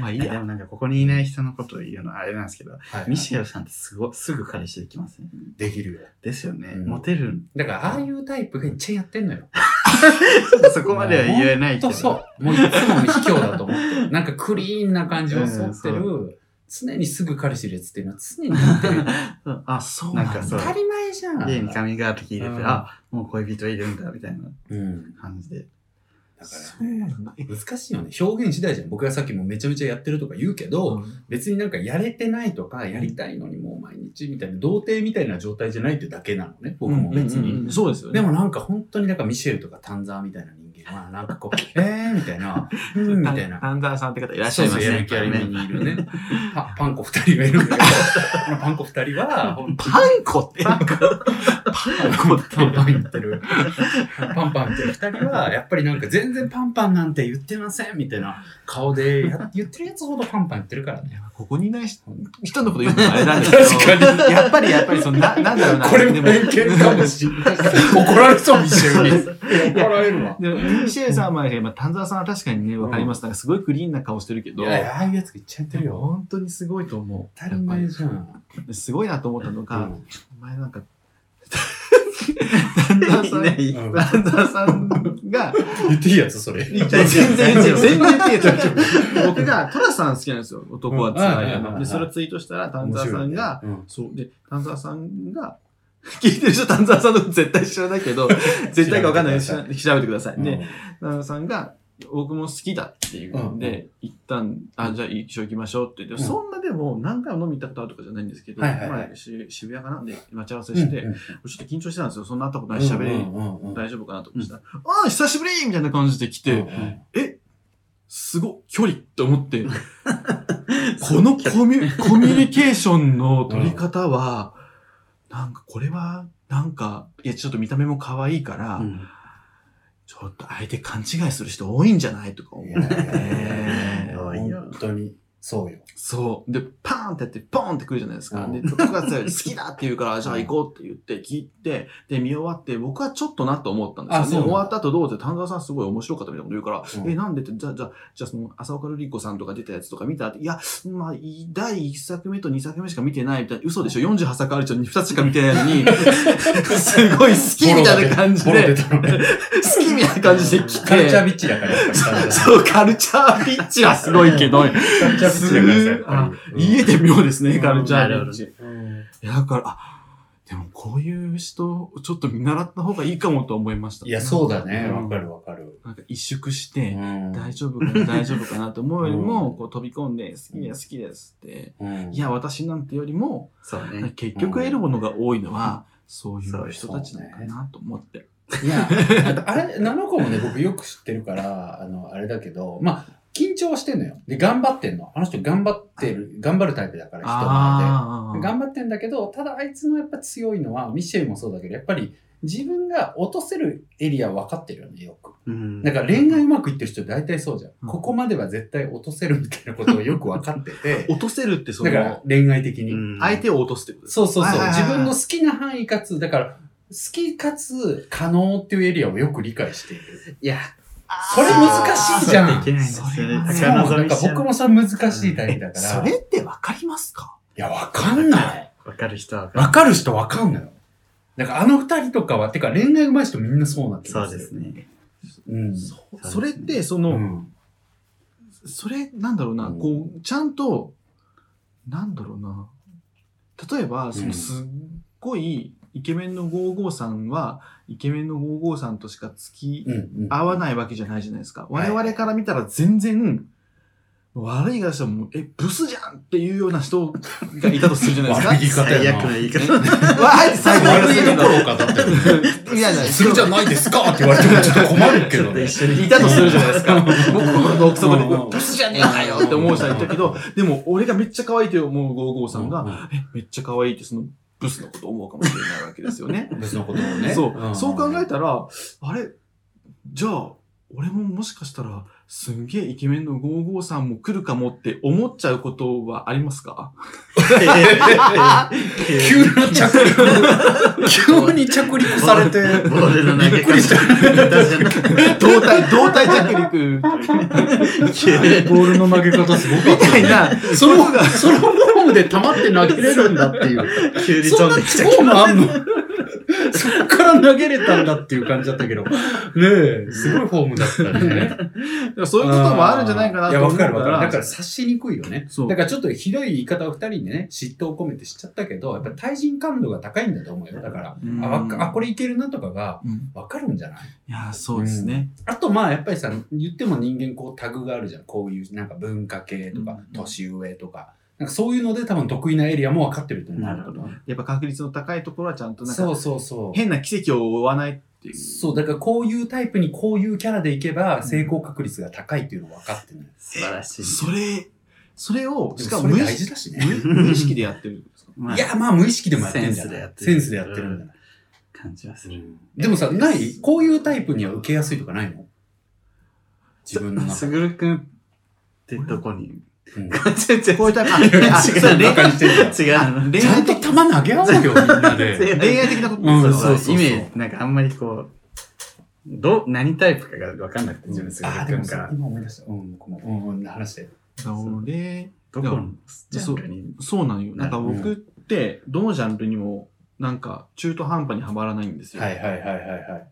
Speaker 1: まあいい
Speaker 2: いや、で
Speaker 1: や。
Speaker 2: もなんかここにいない人のことを言うのはあれなんですけど、
Speaker 3: はい
Speaker 2: ミシェルさんってすご、すぐ彼氏できますね。
Speaker 3: できるよ。
Speaker 2: ですよね。
Speaker 3: うん
Speaker 2: モテるん。
Speaker 3: だから、ああいうタイプがいっちゃやってんのよ。
Speaker 2: ちょっとそこまでは言えないけ
Speaker 3: と
Speaker 2: ど。
Speaker 3: そう。もういつも卑怯だと思ってる。なんかクリーンな感じを沿って
Speaker 2: うん
Speaker 3: る、常にすぐ彼氏いるやつっていうのは常に言ってるよ。
Speaker 2: そうあ、
Speaker 1: そう
Speaker 2: な
Speaker 1: なんん
Speaker 2: か
Speaker 1: だ。
Speaker 2: そう
Speaker 3: 当。たり前じゃん。
Speaker 2: 家にカミングアウト聞いてて、
Speaker 3: うん
Speaker 2: あ、もう恋人いるんだ、みたいな
Speaker 3: うん。だ
Speaker 2: 感じで。
Speaker 3: か
Speaker 1: そ
Speaker 3: ら
Speaker 1: う
Speaker 3: ね、
Speaker 1: なんだ。え
Speaker 3: 難しいよね。表現次第じゃん。僕がさっきもめちゃめちゃやってるとか言うけど、別になんかやれてないとか、やりたいのにもう毎日みたいな、童貞みたいな状態じゃないってだけなのね、僕も別に。
Speaker 1: うんうんうんそうですよね。
Speaker 3: でもなんか本当になんかミシェルとかタンザーみたいな人間は、なんかこう、えーみたいな、うんみたいな。
Speaker 1: タンダーさんって方いらっしゃいます
Speaker 3: そうそうや
Speaker 1: ね
Speaker 3: る。気ありみにいるね。パパンコ二人がいるんだけど、この パンコ二人は、ほんと
Speaker 1: パンコって。パンコって。
Speaker 3: パンパン言ってる。パンパン言ってる二人は、やっぱりなんか全然パンパンなんて言ってませんみたいな顔でや言ってるやつほどパンパン言ってるからね。
Speaker 1: ここにいない人のこと言うのもあれなんですけ
Speaker 3: 確か
Speaker 1: ど、やっぱりやっぱりその、ななんだろうな。
Speaker 3: これ
Speaker 1: で
Speaker 3: も偏見かもしれない。怒られそう、ミシェルに。怒られるわ。
Speaker 1: でもミシェルさんもあれまあ丹沢さんは確かにね、わかります。なんかすごいクリーンな顔してるけ
Speaker 3: い
Speaker 1: ど、
Speaker 3: や、ああいうやつがいっちゃってるよ。
Speaker 1: 本当にすごいと思う。
Speaker 3: 当たり前じゃん。
Speaker 1: すごいなと思ったの
Speaker 3: う
Speaker 1: が、
Speaker 3: ん
Speaker 1: お前なんか、丹沢さん、
Speaker 2: い
Speaker 3: うん
Speaker 1: 丹沢さんが、
Speaker 3: 言っていいやつ、それ。
Speaker 1: 全然、全然、全然言ってよ僕が、トラさん好きなんですよ。男はつらいよ
Speaker 3: うん
Speaker 1: な。で、それをツイートしたら、丹沢さんが、
Speaker 3: 面
Speaker 1: そう。で、丹沢さんが、 聞いてる人、丹沢さんのこと絶対知らないけ ど、絶対かわかんないし、調
Speaker 3: 調
Speaker 1: べてください。
Speaker 3: 白いね、
Speaker 1: で、丹沢さんが、僕も好きだっていうん
Speaker 3: うん
Speaker 1: で、行ったん、あ、じゃあ一緒行きましょうって言って、
Speaker 3: うん
Speaker 1: そんなでも何回も飲み行ったことあるとかじゃないんですけど、
Speaker 3: はいはいはい
Speaker 1: 前し渋谷かなんで待ち合わせ
Speaker 3: うん
Speaker 1: して、ちょ、っと緊張してたんですよ。そんな会ったことないし、喋れ、
Speaker 3: れ
Speaker 1: 大丈夫かなと思ってたら、ああ、久しぶりみたいな感じで来て、え、すごっ、距離って思 って、このコミュコミュニケーションの取り方は、なんかこれは、なんか、いや、ちょっと見た目も可愛いから、
Speaker 2: うん
Speaker 1: ちょっと相手勘違いする人多いんじゃないとか思う。
Speaker 2: えー多いよ
Speaker 3: 本当に、そ うよ。
Speaker 1: そう。で、パーンってやって、ポーンって来るじゃないですか。
Speaker 3: うん
Speaker 1: で、僕が好きだって言う から、じゃあ行こうって言って、聞いて、で、見終わって、僕はちょっとなと思ったんですよ。
Speaker 3: あそうなん
Speaker 1: で
Speaker 3: だ
Speaker 1: 終わった後どうって、丹沢さんすごい面白かったみたいなこと言うから、
Speaker 3: うん
Speaker 1: え、なんでって、じゃあ、じゃあ、じゃあその、浅岡瑠璃子さんとか出たやつとか見たって、いや、まあ、い第1作目と2作目しか見てないみたいな、嘘でしょ ?48 作あるうちの2つしか見てないの に、すごい好きみたいな感じ
Speaker 3: ボロ出
Speaker 1: で、
Speaker 3: たのね
Speaker 1: 好きみたいな感じで来て、
Speaker 3: カルチャービッチだから、やっぱりカルチャー
Speaker 1: そう、カルチャービッチはすごいけど、
Speaker 3: カルチャービッチだからさやっぱり。
Speaker 1: 家で妙です
Speaker 2: う
Speaker 1: ね、
Speaker 2: ん
Speaker 1: カルチャ
Speaker 2: なる
Speaker 1: ー
Speaker 2: ほ
Speaker 1: ビ
Speaker 2: ど
Speaker 1: ッチ。
Speaker 3: うん
Speaker 1: いや、だから、あ、でもこういう人、ちょっと見習った方がいいかもと思いました。
Speaker 3: いや、そうだね。
Speaker 1: うん
Speaker 3: わかるわかる。
Speaker 1: なんか萎縮して、
Speaker 3: うん
Speaker 1: 大丈夫かな、大丈夫かなと思うよりも、
Speaker 3: うん
Speaker 1: こう飛び込んで、好きです、好きですって。
Speaker 3: うん
Speaker 1: いや、私なんてよりも、
Speaker 2: そうね。
Speaker 1: 結局得るものが多いのは、そういう人たちなのかなと思って。
Speaker 3: いや、あれ、あの子もね、僕よく知ってるから、あの、あれだけど、まあ、緊張はしてんのよ。で、頑張ってんの。あの人頑張ってる、頑張るタイプだから、人な
Speaker 1: あ
Speaker 3: ので。
Speaker 1: ー
Speaker 3: 頑張ってんだけど、ただあいつのやっぱ強いのは、ミシェルもそうだけど、やっぱり自分が落とせるエリア分かってるよね、よく。
Speaker 2: うん
Speaker 3: だから恋愛うまくいってる人大体そうじゃん。
Speaker 1: うん
Speaker 3: ここまでは絶対落とせるみたいなことをよく分かってて、
Speaker 1: 落とせるって そ
Speaker 3: だから
Speaker 1: の、
Speaker 3: 恋愛的に。
Speaker 2: うん
Speaker 1: 相手を落とすってことですか
Speaker 3: そうそう
Speaker 1: はい
Speaker 3: そう。
Speaker 1: はいはい
Speaker 3: 自分の好きな範囲かつ、だから、好きかつ可能っていうエリアをよく理解している。
Speaker 2: いや、
Speaker 3: それ難しいじゃん
Speaker 2: そうやっていけないんですよ
Speaker 1: それはね
Speaker 2: ね。
Speaker 1: そう
Speaker 3: な
Speaker 2: 高
Speaker 3: ん
Speaker 2: 望み
Speaker 3: か
Speaker 2: しちゃう
Speaker 3: 僕もそれ難しいタイプだから。
Speaker 1: それってわかりますか
Speaker 3: いや、わかんない。
Speaker 2: わかる人 はわか
Speaker 3: わかる人わかんないよ。だからあの二人とかは、てか恋愛上手い人みんなそうなん
Speaker 2: る。そうです。ね。
Speaker 3: うん。
Speaker 1: そう
Speaker 2: そう
Speaker 1: それって、その、
Speaker 3: うん
Speaker 1: それ、なんだろうな、
Speaker 3: うん
Speaker 1: こう、ちゃんと、なんだろうな、例えば、そ
Speaker 3: うん
Speaker 1: のすっごい、イケメンの55さんは、イケメンの55さんとしか付き
Speaker 3: うんうん。
Speaker 1: 合わないわけじゃないじゃないですか。
Speaker 3: は
Speaker 1: 我
Speaker 3: い
Speaker 1: 々から見たら全然、悪い言い方したらもう、え、ブスじゃんっていうような人がいたとするじゃないですか。
Speaker 3: 悪い言い方
Speaker 2: 最悪な言い 方。
Speaker 1: わあいつ最後悪い
Speaker 3: 悪い
Speaker 1: 言い
Speaker 3: どこ
Speaker 1: 方
Speaker 3: ろかだっ て。
Speaker 1: いやいや、
Speaker 3: それじゃないですかって言われてもちょっと困るけ
Speaker 2: ちょ
Speaker 3: ど
Speaker 2: っと
Speaker 3: ね
Speaker 2: 一。緒に。
Speaker 1: いたとするじゃない ですか。僕の奥底で、
Speaker 3: うんうん
Speaker 1: ブスじゃねえかよって思う人はいたけど、でも俺がめっちゃ可愛いと思う55さんが、
Speaker 3: が、
Speaker 1: えめっちゃ可愛いってそのブスのこと思うかもしれないわけですよね。
Speaker 3: 別のことを ね。
Speaker 1: そう、
Speaker 3: ん
Speaker 1: そう考えたら、あれ、じゃあ、俺ももしかしたら、すんげえイケメンの55さんも来るかもって思っちゃうことはありますか
Speaker 3: 急な 着陸。急に着陸されて。
Speaker 2: ボールの投げ
Speaker 3: びっくりした
Speaker 2: 方じゃなくて
Speaker 1: 胴体、胴体着 陸
Speaker 2: 急に
Speaker 3: ボールの投げ方すご
Speaker 1: みたいな、
Speaker 3: その、そのフォームで溜まって投げれるんだっていう。
Speaker 2: 急に
Speaker 3: そん
Speaker 2: 飛ん
Speaker 3: な
Speaker 2: できた
Speaker 3: 超もあんのそっからから投げれたんだっていう感じだったけど、ねえ、すごいフォームだったね。
Speaker 1: らそういうこともあるんじゃないかな
Speaker 3: や、
Speaker 1: と
Speaker 3: わ
Speaker 1: 思う
Speaker 3: か
Speaker 1: か、
Speaker 3: るわかる。だからら察しにくいよね。
Speaker 1: そう
Speaker 3: だからちょっとひどい言い方を二人でね、嫉妬を込めてしちゃったけど、やっぱ対人感度が高いんだと思うよ。だから、
Speaker 1: うん
Speaker 3: あ、わかあこれいけるなとかが
Speaker 1: うん
Speaker 3: わかるんじゃない
Speaker 1: いや、そうですね。
Speaker 3: あとまあやっぱりさ言っても人間こうタグがあるじゃんこういうなんか文化系とか
Speaker 1: うん
Speaker 3: 年上とかなんかそういうので多分得意なエリアも分かってると思う。
Speaker 2: なるほど。
Speaker 1: やっぱ確率の高いところはちゃんとなん
Speaker 3: そう
Speaker 1: か、
Speaker 3: そうそう。
Speaker 1: 変な奇跡を追わないっていう。
Speaker 3: そうだからこういうタイプにこういうキャラでいけば成功確率が高いっていうの分かってる。
Speaker 2: 素晴らしい。
Speaker 1: それ、それを、
Speaker 3: で
Speaker 1: し
Speaker 3: も
Speaker 1: か
Speaker 3: そ
Speaker 1: も
Speaker 3: れ
Speaker 1: 無意
Speaker 3: 大
Speaker 1: 識
Speaker 3: 事だしね。
Speaker 1: 無 無意識でやってるんですか
Speaker 2: まあ
Speaker 3: い、やまあ無意識でもやってるんじゃない
Speaker 2: セ
Speaker 3: セ
Speaker 2: ン
Speaker 3: ン
Speaker 2: ス
Speaker 3: ス
Speaker 2: で
Speaker 3: で
Speaker 2: や
Speaker 3: や
Speaker 2: っ
Speaker 3: ってて
Speaker 2: る
Speaker 3: る
Speaker 2: んだ
Speaker 3: んだ
Speaker 2: な感じます。
Speaker 3: でもさないこういうタイプには受けやすいとかないの自分の中
Speaker 2: す
Speaker 3: で。
Speaker 2: ぐるくんってどこに
Speaker 3: うん
Speaker 2: 全然
Speaker 1: こういうタイプ、あ
Speaker 3: いや
Speaker 1: あ
Speaker 3: 違う
Speaker 1: そう
Speaker 3: バカにしてるじ
Speaker 2: 違う。
Speaker 1: 恋
Speaker 3: ちゃ
Speaker 1: 愛
Speaker 3: んと
Speaker 1: 的、
Speaker 3: 球投げ合おうよみんな で。
Speaker 1: 恋愛的なこと
Speaker 3: うん
Speaker 1: です
Speaker 3: そ
Speaker 1: よ
Speaker 3: う
Speaker 1: ね
Speaker 3: そう
Speaker 2: イメージ、なんかあんまりこう、どう、何タイプかが分かんなくて、自分すぐ
Speaker 3: あ
Speaker 2: る
Speaker 3: で
Speaker 2: く
Speaker 3: も
Speaker 2: んが。
Speaker 3: 今思い出した。うん、僕も。うん、うん、話して。
Speaker 1: そうで
Speaker 2: どこのジャンルに。
Speaker 1: そうなんよ。なんか
Speaker 3: うん
Speaker 1: 僕って、どのジャンルにも、なんか、中途半端にはまらないんですよ。
Speaker 3: はいはいはいはい。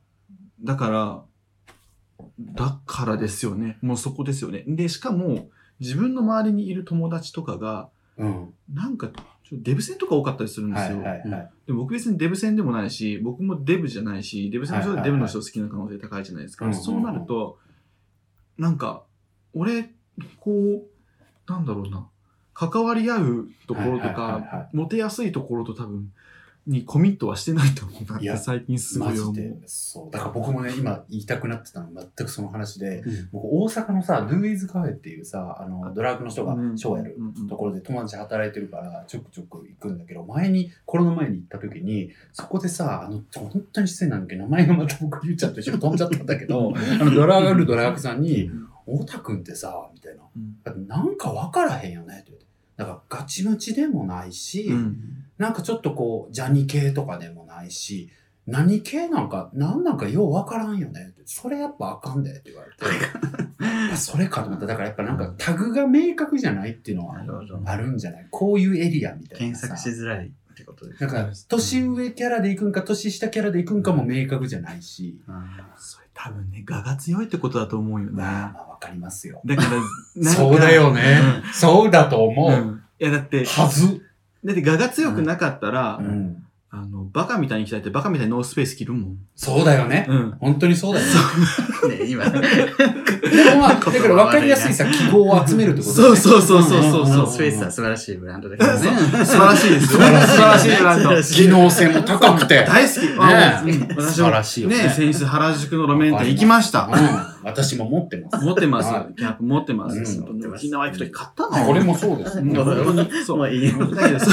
Speaker 1: だから、だからですよね。もうそこですよね。で、しかも、自分の周りにいる友達とかが、
Speaker 3: うん。
Speaker 1: なんか、ちょっとデブ戦とか多かったりするんで
Speaker 3: は
Speaker 1: す
Speaker 3: い
Speaker 1: よ。
Speaker 3: はいはい。
Speaker 1: で僕別にデブ戦でもないし、僕もデブじゃないし、デブ戦の人でデブの人好きな可能性高いじゃないですか。
Speaker 3: はいはいはい
Speaker 1: そうなると、なんか、俺、こう、なんだろうな、関わり合うところと
Speaker 3: はい
Speaker 1: か、
Speaker 3: はいは
Speaker 1: モテやすいところと多分、にコミットはしてないと思うなっ
Speaker 3: い
Speaker 1: て
Speaker 3: や
Speaker 1: 最近す
Speaker 3: い
Speaker 1: ご
Speaker 3: マ
Speaker 1: い思
Speaker 3: ジで
Speaker 1: う。。
Speaker 3: そう。だから僕もね、今言いたくなってたの、全くその話で、
Speaker 2: うん
Speaker 3: 僕、大阪のさ、ドゥーイズカフェっていうさ、あの、ドラッグの人が
Speaker 1: うん
Speaker 3: ショーやる
Speaker 1: うんうん
Speaker 3: ところで友達働いてるから、ちょくちょく行くんだけど、前に、コロナ前に行った時に、そこでさ、あの、本当に失礼なんだけど、名前がまた僕、ゆうちゃんと一緒に飛んじゃったんだけど、あの、ドラッグドラッグさんに、太田君ってさ、みたいな。
Speaker 1: うん
Speaker 3: なんか分からへんよねって言って。だからガチムチでもないし、
Speaker 1: うん
Speaker 3: なんかちょっとこう、ジャニ系とかでもないし、何系なんか、何なんかよう分からんよねって。それやっぱあかんでって言われて。 あそれかと思った。だからやっぱなんかタグが明確じゃないっていうのは
Speaker 2: なるほど。
Speaker 3: あるんじゃないこういうエリアみたいな
Speaker 2: 検
Speaker 3: さ。
Speaker 2: 索しづらいってことです
Speaker 3: なんか、年上キャラで行くんか、年下キャラで行くんかも明確じゃないし。
Speaker 2: あ
Speaker 1: それ多分ね、我が強いってことだと思うよね。
Speaker 3: まあまあわかりますよ。
Speaker 1: だ から、なんか
Speaker 3: そうだよね。そうだと
Speaker 1: う
Speaker 3: 思
Speaker 1: ん。
Speaker 3: う。
Speaker 1: うんいや、だって、
Speaker 3: はず。
Speaker 1: だって我が強くなかったら、
Speaker 3: うん。
Speaker 1: あの、バカみたいに鍛えて、バカみたいにノースペース着るもん。
Speaker 3: そうだよね。
Speaker 1: うん。
Speaker 3: 本当にそうだよね。
Speaker 2: あ。ね、今。
Speaker 3: で もまあ、だから分かりやすいさ、記号を集めるってことだ
Speaker 1: そ
Speaker 3: よ
Speaker 1: う
Speaker 3: ね。
Speaker 1: そうそうそうそう
Speaker 2: そ
Speaker 1: そうう。
Speaker 2: スペースは素晴らしいブランドだからね。
Speaker 1: 素晴らしいですよ。素
Speaker 3: 素晴らしい
Speaker 1: 晴らしいブランド。
Speaker 3: 機能性も高くて。
Speaker 1: 大好き。あもううん私
Speaker 3: 素晴
Speaker 1: も
Speaker 3: らしいよね。
Speaker 1: ね、先日原宿の路面店行きました。
Speaker 3: うん。私も持ってます。
Speaker 1: 持ってま
Speaker 3: は
Speaker 1: す。キャップ持ってま
Speaker 3: うん
Speaker 1: す。
Speaker 2: 持ってます
Speaker 1: 沖縄行くとき買ったの
Speaker 3: これもそうです。
Speaker 1: うん本当に
Speaker 2: も
Speaker 1: そうう。
Speaker 2: いいよ。
Speaker 1: だけど、そ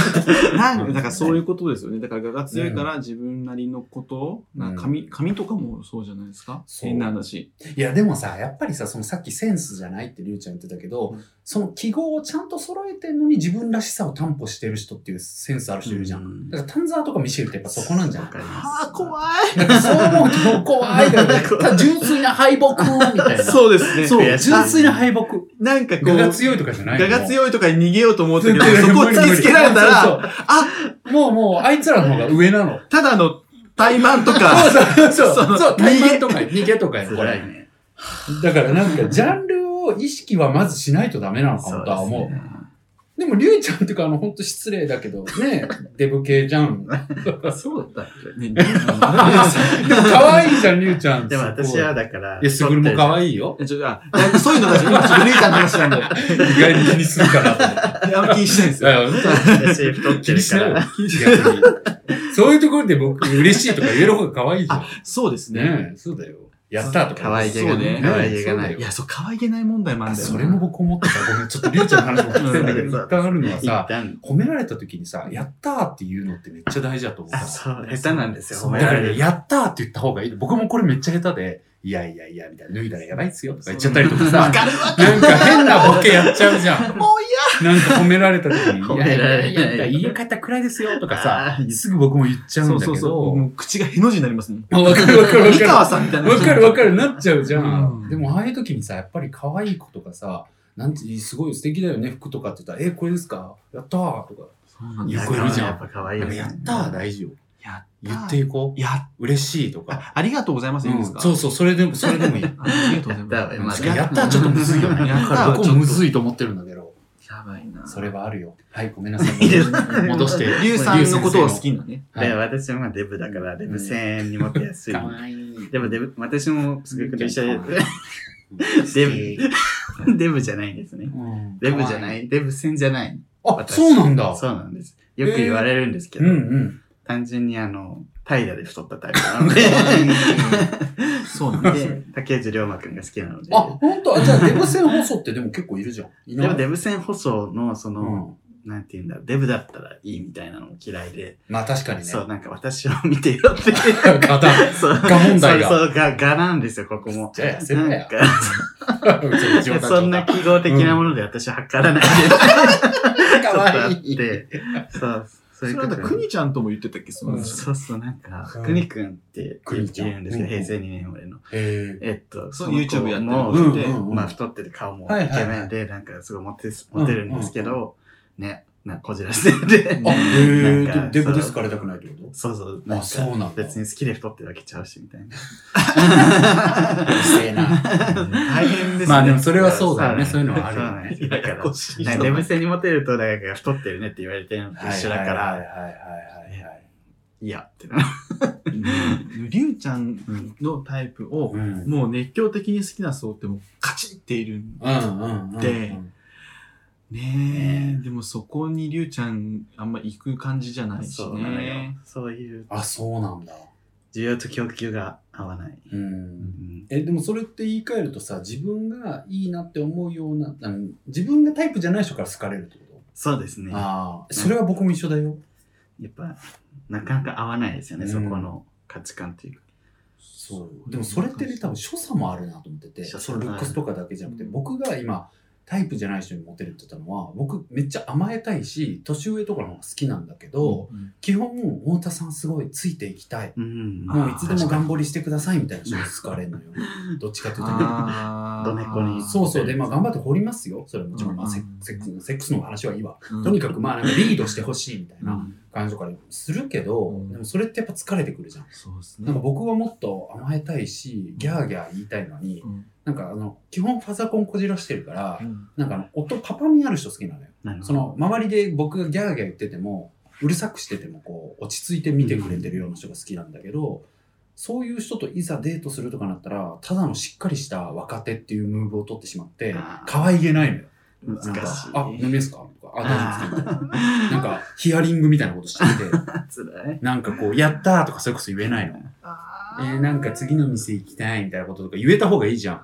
Speaker 1: うなんだからそういうことですよね。だから、我が強いから自分なりのこと、なんか髪、髪とかもそうじゃないですか。
Speaker 3: そう
Speaker 1: 変な話。
Speaker 3: いや、でもさ、やっぱりさ、そのさっきセンスじゃないってりゅうちゃん言ってたけど、
Speaker 1: うん
Speaker 3: その記号をちゃんと揃えてんのに自分らしさを担保してる人っていうセンスある人いるじゃん。
Speaker 2: うん
Speaker 3: だから、丹沢とかミシェルってやっぱそこなんじゃないかな。
Speaker 1: ああ、怖
Speaker 3: なん かそう思うと怖いだよね
Speaker 2: 怖い
Speaker 3: ただ純粋な敗北みたい
Speaker 1: い。
Speaker 3: な。
Speaker 1: そうですね。
Speaker 3: そう
Speaker 2: 悔しい
Speaker 3: 純粋な敗北。
Speaker 1: なんかこ
Speaker 3: 我が
Speaker 1: う、
Speaker 3: 強いとかじゃない
Speaker 1: 我が
Speaker 3: い。
Speaker 1: 強いとかに逃げようと思ったけど、そこを突きつけられたら、
Speaker 3: そうそうそうあ、もうもう、あいつらの方が上なの。
Speaker 1: ただの怠慢とか、
Speaker 3: そうそう
Speaker 1: そ
Speaker 3: そう。
Speaker 1: の
Speaker 3: そう、
Speaker 1: 逃げ
Speaker 3: 対慢とか、逃げとかや、こ
Speaker 2: 辛い
Speaker 3: れ。
Speaker 2: ね。
Speaker 3: だからなんか、ジャンルを意識はまずしないとダメなのかもとは思う。で
Speaker 2: そうです
Speaker 3: も、りゅうちゃんとか、あの、ほんと失礼だけど、 ね、デブ系じゃ ん。でも、
Speaker 2: そうだった。
Speaker 1: ね
Speaker 3: 可愛いじゃん、りゅうちゃん。
Speaker 2: でも私はだから。
Speaker 3: すごい。いや、すぐるも可愛いよ。
Speaker 1: ちょあなんかそういうのが、今ちょっとルイちゃんの話なんで、
Speaker 3: 意外に気にするか なと思って
Speaker 1: あんま気にしないんです
Speaker 3: いや
Speaker 1: よ。
Speaker 3: 本当
Speaker 2: 私太って
Speaker 3: 気に
Speaker 2: る
Speaker 3: し
Speaker 2: か
Speaker 3: ないよ
Speaker 2: ら。
Speaker 3: 逆にそういうところで僕、嬉しいとか言える方が可愛いじゃん。
Speaker 1: そうですね。
Speaker 3: ねえ、そうだよ。やったーとか。
Speaker 2: 可愛げがね
Speaker 3: そうだよ
Speaker 2: 可愛げがな
Speaker 1: い
Speaker 2: い
Speaker 3: そうだよ
Speaker 1: や、そう、可愛げない問題もあ
Speaker 3: あ
Speaker 1: んだよな。
Speaker 3: それも僕思ってた。ごめん、ちょっとりゅうちゃんの話も聞きたいんだけ
Speaker 2: うん
Speaker 3: ど、一旦あるのは
Speaker 2: 一
Speaker 3: さ、
Speaker 2: 旦。
Speaker 3: 褒められた時にさ、やったーっていうのってめっちゃ大事だと思う。
Speaker 2: あ、そう、下手なんですよ。
Speaker 3: そ
Speaker 2: 褒
Speaker 3: う
Speaker 2: め
Speaker 3: だからら
Speaker 2: れ
Speaker 3: ね、
Speaker 2: る。
Speaker 3: やったーって言った方がいい。僕もこれめっちゃ下手で、いやいやいや、みたいな、脱いだらやばいっすよとか言っちゃったりとかさ、 なんか変なボケやっちゃうじゃ ん。
Speaker 1: も
Speaker 3: なんか褒められた時に、
Speaker 2: 褒
Speaker 3: い
Speaker 2: め
Speaker 3: やい
Speaker 2: られな
Speaker 3: や
Speaker 2: い
Speaker 3: いや、みたいな言い方暗いですよとか
Speaker 2: あ
Speaker 3: さ
Speaker 2: ー、
Speaker 3: すぐ僕も言っちゃう
Speaker 1: そ
Speaker 3: ん
Speaker 1: う
Speaker 3: だ
Speaker 1: そ
Speaker 3: け
Speaker 1: うそう。
Speaker 3: ど、
Speaker 1: もう口がへの字になりますね。
Speaker 3: あわかるわかるわかる
Speaker 1: 三。川さんみたいな。
Speaker 3: わかるわかる、なっちゃうじゃん。
Speaker 1: うん
Speaker 3: でも、ああいう時にさ、やっぱり可愛い子とかさ、なんて、すごい素敵だよね、服とかって言ったら、え、これですかやったーとか。
Speaker 1: そうなん
Speaker 3: い
Speaker 1: です
Speaker 3: や
Speaker 1: よ
Speaker 3: これいるじゃん
Speaker 2: やっぱ可愛い
Speaker 3: な
Speaker 2: よ
Speaker 3: んか
Speaker 2: ね。
Speaker 3: やったー大事よ。
Speaker 1: やった
Speaker 3: 言っていこう。
Speaker 1: やっ
Speaker 3: 嬉しいとか。
Speaker 1: あ、ありがとうございます。いいんです
Speaker 3: う
Speaker 1: か
Speaker 3: んそうそう、それでも、それで もいい。
Speaker 1: あありがとうございます。
Speaker 2: やったわ
Speaker 3: やったらちょっとむずいよね。
Speaker 1: やった
Speaker 3: 僕もむずいと思ってるんだけど。
Speaker 1: やばいな。
Speaker 3: それはあるよ。はい、ごめんなさい。
Speaker 2: いいです
Speaker 3: 戻 して。
Speaker 1: リュウさんのことを好きなね。
Speaker 3: はい
Speaker 2: で私はまあデブだから、デブ1000円に持って安い。
Speaker 3: かわいい。
Speaker 2: でもデブ、私もすごく一緒
Speaker 3: かわ
Speaker 2: で、デブ、デブじゃないんですね。
Speaker 3: うん
Speaker 2: デブじゃな。い、デブ1000じゃない。
Speaker 3: 可愛いあ、
Speaker 2: 私
Speaker 3: そうなんだ。
Speaker 2: そうなんです。よく言われるんですけ
Speaker 3: う
Speaker 2: ど、
Speaker 3: ん うん。
Speaker 2: 単純にあの、平らで太ったタイプなの
Speaker 3: 可 愛い
Speaker 2: で、
Speaker 1: そうなんです。
Speaker 2: で、竹内涼真くんが好きなので、
Speaker 3: あ、ほんとあ、じゃあデブ線細ってでも結構いるじゃん。いな
Speaker 2: で
Speaker 3: い
Speaker 2: もデブ線細の、そうの、
Speaker 3: ん。
Speaker 2: なんて言うんだろう、デブだったらいいみたいなのも嫌いで、
Speaker 3: まあ確かにね。
Speaker 2: そう、なんか私を見てよ って。
Speaker 3: ガタ
Speaker 2: そう。
Speaker 3: ガ問題が
Speaker 2: そうそう、が、がなんですよ、ここも。
Speaker 3: じゃあ痩せろ
Speaker 2: なん
Speaker 3: や。
Speaker 2: か、そんな
Speaker 3: か
Speaker 2: 記号的なもので私は測ら ないで、ちょっと
Speaker 3: わ
Speaker 2: あっ
Speaker 3: いい。
Speaker 2: て、そう、そう
Speaker 1: そ
Speaker 2: いう
Speaker 1: れ
Speaker 2: こ
Speaker 1: なん
Speaker 2: と
Speaker 1: か、
Speaker 2: が
Speaker 1: くにちゃんとも言ってたっけ、その
Speaker 3: うん
Speaker 1: 話。
Speaker 2: そうそう、なんか、
Speaker 3: うん
Speaker 2: くにくんって
Speaker 3: くにちゃん
Speaker 2: 言うんですけど、
Speaker 3: うんうん
Speaker 2: 平成2年俺の。
Speaker 3: え
Speaker 2: えっと、
Speaker 1: そう
Speaker 2: の子
Speaker 1: YouTube やってる
Speaker 2: も
Speaker 1: 子
Speaker 3: でうんうんうん
Speaker 2: まあ、太ってて顔もイ
Speaker 3: はいはいはい
Speaker 2: ケメンで、なんか、すごいモテす、モテるんですけど、ね、なんか、こじらしてて
Speaker 3: ー、あ、
Speaker 2: な
Speaker 3: え
Speaker 2: んか
Speaker 3: ー、デブですからたくないってこ
Speaker 2: そうそう、
Speaker 3: と
Speaker 2: なん
Speaker 3: あ、
Speaker 2: か、
Speaker 3: そうなんだ。
Speaker 2: 別に好きで太ってるわけちゃうし、みたいな。
Speaker 3: うるせえな。
Speaker 2: 大変ですね。
Speaker 3: まあでもそれはそうだよね。そういうのはあ
Speaker 2: そう
Speaker 3: るよ
Speaker 2: なん
Speaker 3: ね。
Speaker 2: ですよだから、
Speaker 1: し
Speaker 2: なんかデブ線にモテると、なんか太ってるねって言われてるのと
Speaker 3: はい
Speaker 2: 一緒だか
Speaker 3: はい
Speaker 2: ら、
Speaker 3: はいはいはいはい。
Speaker 2: いやってな。
Speaker 1: りゅうちゃんのタイプを、
Speaker 3: うんうん
Speaker 1: もう熱狂的に好きな層ってもうカチッっているん
Speaker 3: うんうん。
Speaker 1: でね
Speaker 2: ね
Speaker 1: え。でもそこにりゅうちゃんあんま行く感じじゃないし
Speaker 2: そうなのよ
Speaker 1: ね。。
Speaker 2: そういう
Speaker 3: あ、そうなんだ。
Speaker 2: 需要と供給が合わない。う
Speaker 3: う。
Speaker 2: んん
Speaker 3: え、でもそれって言い換えるとさ、自分がいいなって思うような、あの自分がタイプじゃない人から好かれるってこ
Speaker 2: そうですね。
Speaker 3: と
Speaker 2: や
Speaker 3: ああ。それは僕も一緒だよ。
Speaker 2: っぱ、なかなか合わないですよね、
Speaker 3: うん
Speaker 2: そこの価値観というか。
Speaker 3: そう。でもそれってね多分所作もあるなと思ってて、
Speaker 2: 所
Speaker 3: そ
Speaker 2: 作
Speaker 3: のルックスとかだけじゃなくて、
Speaker 1: うん
Speaker 3: 僕が今、タイプじゃない人にモテるって言ったのは、僕めっちゃ甘えたいし、年上とかの方が好きなんだけど、
Speaker 1: うん
Speaker 3: 基本、太田さんすごいついていきたい。
Speaker 2: うん
Speaker 1: あー
Speaker 3: もういつでも頑張りしてくださいみたいな人に好かれるのよ。 どっちかというとね。
Speaker 1: あー
Speaker 2: どねこに
Speaker 3: そうそう。で、まあ頑張って掘りますよ。それはもちろ
Speaker 1: う
Speaker 3: ん、
Speaker 1: ん
Speaker 3: まあセックスセックス、セックスの話はいいわ。
Speaker 1: うん
Speaker 3: とにかく、まあなんかリードしてほしいみたいな
Speaker 1: うん
Speaker 3: 感じとかするけど、
Speaker 1: うん
Speaker 3: でもそれってやっぱ疲れてくるじゃん。
Speaker 1: そうです
Speaker 3: な
Speaker 1: ね
Speaker 3: んか。僕はもっと甘えたいし、ギャーギャー言いたいのに、
Speaker 1: うん
Speaker 3: なんかあの、基本ファザコンこじらしてるから
Speaker 1: う、ん
Speaker 3: なんかあの音、パパ味ある人好きなのよ。
Speaker 2: なるほ
Speaker 3: そ
Speaker 2: ど
Speaker 3: の、周りで僕がギャーギャー言ってても、うるさくしてても、こう、落ち着いて見てくれてるような人が好きなんだけど、そういう人といざデートするとかなったら、ただのしっかりした若手っていうムーブを取ってしまって
Speaker 2: あ、ー
Speaker 3: 可愛げないのよ。
Speaker 2: 難
Speaker 3: なんか
Speaker 2: しい。
Speaker 3: あ、飲みますかとか、あ、大丈夫ですかみたい ななん
Speaker 2: あ
Speaker 3: か、ヒアリングみたいなことしてて、
Speaker 2: ー、つらい。
Speaker 3: なんかこう、やったーとかそれこそ言えないの。えー、なんか次の店行きたいみたいなこととか言えた方がいいじゃん。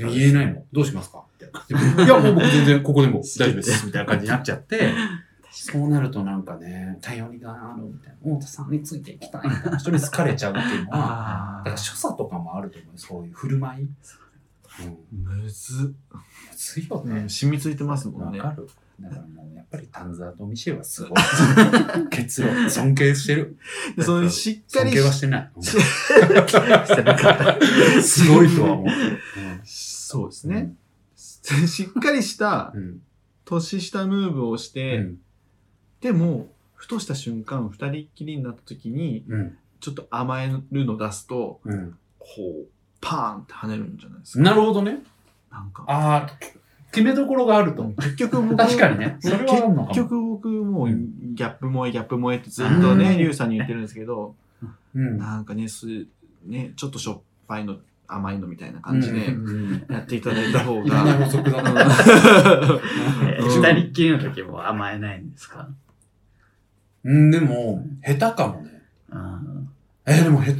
Speaker 3: えー言えないのどうしますかみたいな。いや、もう僕全然ここでも大丈夫です。みたいな感じになっちゃって、 そうなるとなんかね、頼りがあるみたいな、太田さんについていきたいみたいな人に好かれちゃうっていうの は、だ
Speaker 1: あ
Speaker 3: か
Speaker 1: あ
Speaker 3: ら。所作とかもあると思うよそういう振る舞い。うん、
Speaker 1: むずっ。
Speaker 3: 熱いよね
Speaker 1: ね。染みついてますも
Speaker 3: わ
Speaker 1: んね。
Speaker 3: かる。だからもうやっぱり丹沢とミシェルは すごい。結論、尊敬してる。
Speaker 1: で、そのしっか
Speaker 3: 尊
Speaker 1: り
Speaker 3: 敬はしてない。
Speaker 2: してなかった。
Speaker 3: すごいとは思う。
Speaker 1: そうですね。しっかりした
Speaker 3: うん。うん。
Speaker 1: 年下ムーブをして、
Speaker 3: うん
Speaker 1: でも、ふとした瞬間、二人っきりになった時に、
Speaker 3: うん。
Speaker 1: ちょっと甘えるの出すと、
Speaker 3: うん。
Speaker 1: こう、パーンって跳ねるんじゃないですか。
Speaker 3: なるほどね。
Speaker 1: なんか。
Speaker 3: ああ、決めどころがあると。
Speaker 1: 結局僕、
Speaker 3: 確かにね。それはあるのか
Speaker 1: 結
Speaker 3: も。
Speaker 1: 局僕もう
Speaker 3: う
Speaker 1: ギ
Speaker 3: ん
Speaker 1: ャップ萌えギャップ萌えってずっと
Speaker 3: うん
Speaker 1: ね、リュウさんに言ってるんですけど、
Speaker 3: うん。
Speaker 1: なんかね、す、ね、ちょっとしょっぱいの、甘いのみたいな感じ
Speaker 3: う
Speaker 1: で
Speaker 3: んうんうん
Speaker 1: やっていただいた方
Speaker 3: 意外な
Speaker 1: が、
Speaker 3: 補足だな。
Speaker 2: えー二人っきりの時も甘えないんですか
Speaker 3: うん、でも、下手かもね。
Speaker 2: あー
Speaker 3: えーでもへ、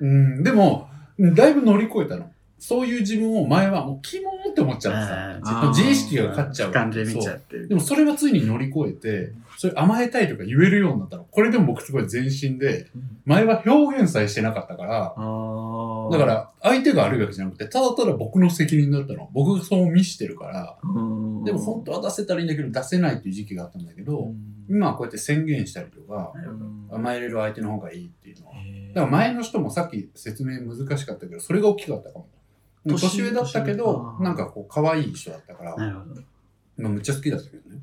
Speaker 3: うんうん、でも、だいぶ乗り越えたの。そういう自分を前は、もう、キモーって思っちゃって
Speaker 1: あ
Speaker 3: さ
Speaker 1: ー、
Speaker 3: 自意識が勝っちゃう。
Speaker 2: 感情で見ちゃ
Speaker 3: そう
Speaker 2: って
Speaker 3: で
Speaker 2: る。
Speaker 3: もそれはついに乗り越えて、それ甘えたいとか言えるようになったの。これでも僕すごい全身で、前は表現さえしてなかったから、
Speaker 1: あー
Speaker 3: だか、ら、相手が悪いわけじゃなくて、ただただ僕の責任だったの。僕がそう見してるから、
Speaker 1: うん
Speaker 3: でも本当は出せたらいいんだけど、出せないっていう時期があったんだけど、今はこうやって宣言したりとか、甘えれる相手の方がいいっていうのは。だから前の人もさっき説明難しかったけど、それが大きかったかも。
Speaker 1: 年
Speaker 3: 年上だったけど
Speaker 1: 年上、か
Speaker 3: なんかこう、可愛い人だったから、
Speaker 2: なるほど。
Speaker 3: まあ、むっちゃ好きだったけどね。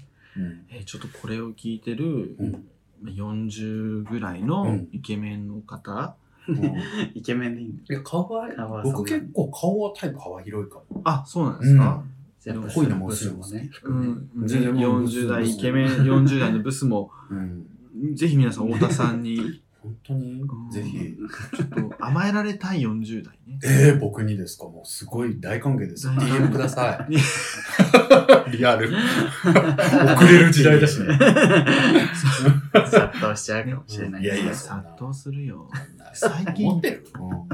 Speaker 1: えーちょっとこれを聞いてる、
Speaker 3: うん
Speaker 1: まあ40ぐらいうの
Speaker 3: ん
Speaker 1: イケメンの方、
Speaker 3: うん
Speaker 2: イケメンでいいんだ
Speaker 3: いや、顔は
Speaker 2: 顔は、そうだ
Speaker 3: 僕結構顔はタイプ幅広いかも。
Speaker 1: あ、そうなんですか、
Speaker 2: やっぱ
Speaker 1: かっ
Speaker 3: こいいのも薄いのもね。
Speaker 1: うん
Speaker 3: 全然もう
Speaker 1: 40代イケメン、40代のブスも、
Speaker 3: うん。
Speaker 1: ぜひ皆さん、太田さんに、
Speaker 3: 本当に
Speaker 1: うん、
Speaker 3: ぜひ。
Speaker 1: ちょっと甘えられたい40代ね。
Speaker 3: えー、僕にですかもうすごい大歓迎ですよ。
Speaker 1: 大歓迎
Speaker 3: DM ください。 リアル。遅れる時代だしね。
Speaker 2: 殺到しちゃうかもしれない。
Speaker 3: いやいやそんな
Speaker 1: 殺到するよ。
Speaker 3: 最
Speaker 1: 近
Speaker 3: 持ってる。うん
Speaker 1: こ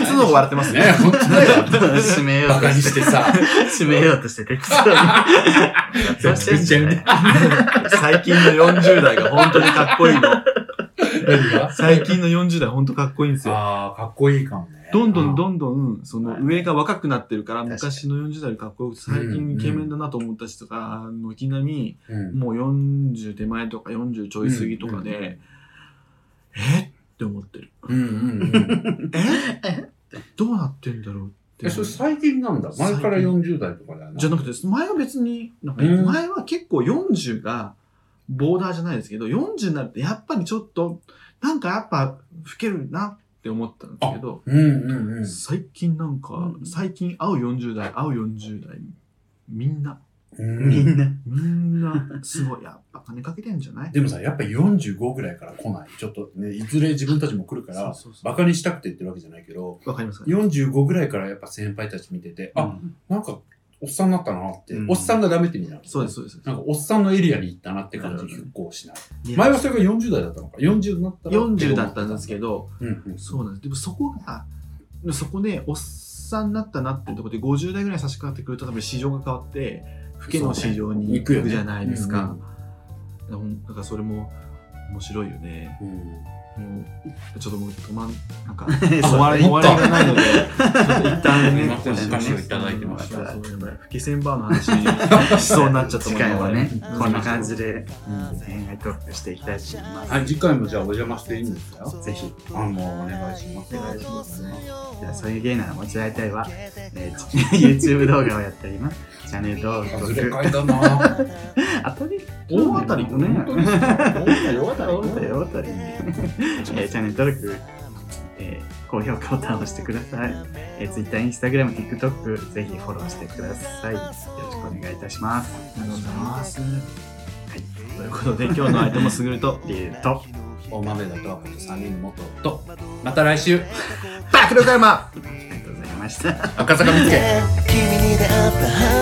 Speaker 1: いつの方が笑ってます
Speaker 3: ね
Speaker 1: ね。
Speaker 3: 本当だよ。
Speaker 2: 締めよう
Speaker 3: バ
Speaker 2: と
Speaker 3: カに
Speaker 2: し
Speaker 3: して
Speaker 2: て、
Speaker 3: さ。
Speaker 2: 締めようとして適当 に。そうしてるんじゃない
Speaker 1: 最近の40代が本当にかっこいいの。
Speaker 3: 何が
Speaker 1: 最近の40代本当かっこいいんですよ。
Speaker 3: ああ、かっこいいかもね。
Speaker 1: どんどん
Speaker 3: ん。
Speaker 1: どんどん、その上が若くなってるから、
Speaker 2: 確かに
Speaker 1: 昔の40代よりかっこよくて、最近イケメンだなと思った人が、軒並み、
Speaker 3: うん
Speaker 1: もう40手前とか40ちょい過ぎとかで、
Speaker 3: うんうん
Speaker 1: えって思ってる。
Speaker 3: うんうんうん。
Speaker 1: えどうなってんだろうって。
Speaker 3: え、それ最近なんだ。前から40代とかだよな。
Speaker 1: じゃなくて、前は別に、なんか
Speaker 3: うん
Speaker 1: 前は結構40がボーダーじゃないですけど、40になるとやっぱりちょっと、なんかやっぱ老けるなって思ったんですけど、
Speaker 3: うんうんうん。
Speaker 1: 最近なんか
Speaker 2: う、ん
Speaker 1: 最近会う40代、会う40代、みんな、
Speaker 3: うん
Speaker 2: みんな。
Speaker 1: みんな、すごい、やっぱ金かけてんじゃない
Speaker 3: でもさ、やっぱ45ぐらいから来ない。ちょっとね、いずれ自分たちも来るから、
Speaker 1: そうそうそう
Speaker 3: バカにしたくて言ってるわけじゃないけど、
Speaker 1: わかりますか
Speaker 3: 45ぐらいからやっぱ先輩たち見てて、あ、なんか、おっさんになったなって、
Speaker 2: うん
Speaker 3: おっさんがダメって意味じゃなくて
Speaker 1: そうです、そうです。
Speaker 3: なんか、おっさんのエリアに行ったなって感じ結構しない。
Speaker 1: ね
Speaker 3: 前はそれが40代だったのか。40になったら。
Speaker 1: 40だったんですけど、
Speaker 3: うんうん。
Speaker 1: そうなんです。でもそこが、そこで、おっさんになったなっていうところで、50代ぐらいに差し掛かってくると、多分市場が変わって、老けの市場に行
Speaker 3: 行くよ
Speaker 1: く
Speaker 3: ね
Speaker 1: じゃないですか。だからだからそれも面白いよね。
Speaker 3: うん。
Speaker 1: もう、ちょっともう止まん、なんか、
Speaker 2: そ
Speaker 1: 終
Speaker 2: う
Speaker 1: わり
Speaker 3: そう
Speaker 1: 終わりがないので、ちょっと一旦ね、
Speaker 3: 今この紙をいただいてます
Speaker 1: そうそうそう不気仙バーの話しそうになっちゃったもん
Speaker 2: 次回はね
Speaker 1: うん、
Speaker 2: こんな感じで
Speaker 3: うん
Speaker 2: 恋愛トークしていきたいと思います。
Speaker 3: はい、次回もじゃあお邪魔していいんですか
Speaker 2: ぜひ、
Speaker 3: あの、お願いします。
Speaker 2: お願いしますじゃあそういう芸なら持ち合いたいは、えー YouTube 動画をやっております。チャンネル登
Speaker 3: あ
Speaker 2: 録
Speaker 3: ずれ替えだな。
Speaker 2: 当たり
Speaker 1: 大当たりだね
Speaker 2: 本当に
Speaker 3: 大
Speaker 2: 大当たり大当たりねえーチャンネル登録、えー高評価ボタンを押してください。えー Twitter、Instagram、TikTok、ぜひフォローしてください。よろしくお願いいたします。
Speaker 1: ありがとうございます。
Speaker 2: と
Speaker 1: と
Speaker 2: い
Speaker 1: いうう
Speaker 2: こ
Speaker 1: ことと
Speaker 2: で
Speaker 1: で、
Speaker 2: 今
Speaker 1: 今
Speaker 2: 日
Speaker 1: 日
Speaker 2: の
Speaker 1: の相
Speaker 2: 相手
Speaker 1: 手
Speaker 2: も
Speaker 1: も
Speaker 2: す
Speaker 1: す
Speaker 2: ぐ
Speaker 1: ぐ
Speaker 2: る
Speaker 1: る
Speaker 2: と
Speaker 1: と、
Speaker 2: 理由と
Speaker 3: お豆だとはこの3人元と、また来週
Speaker 1: 爆力山
Speaker 2: ありがとうございました。
Speaker 3: 赤坂見つけ
Speaker 4: 君に出会った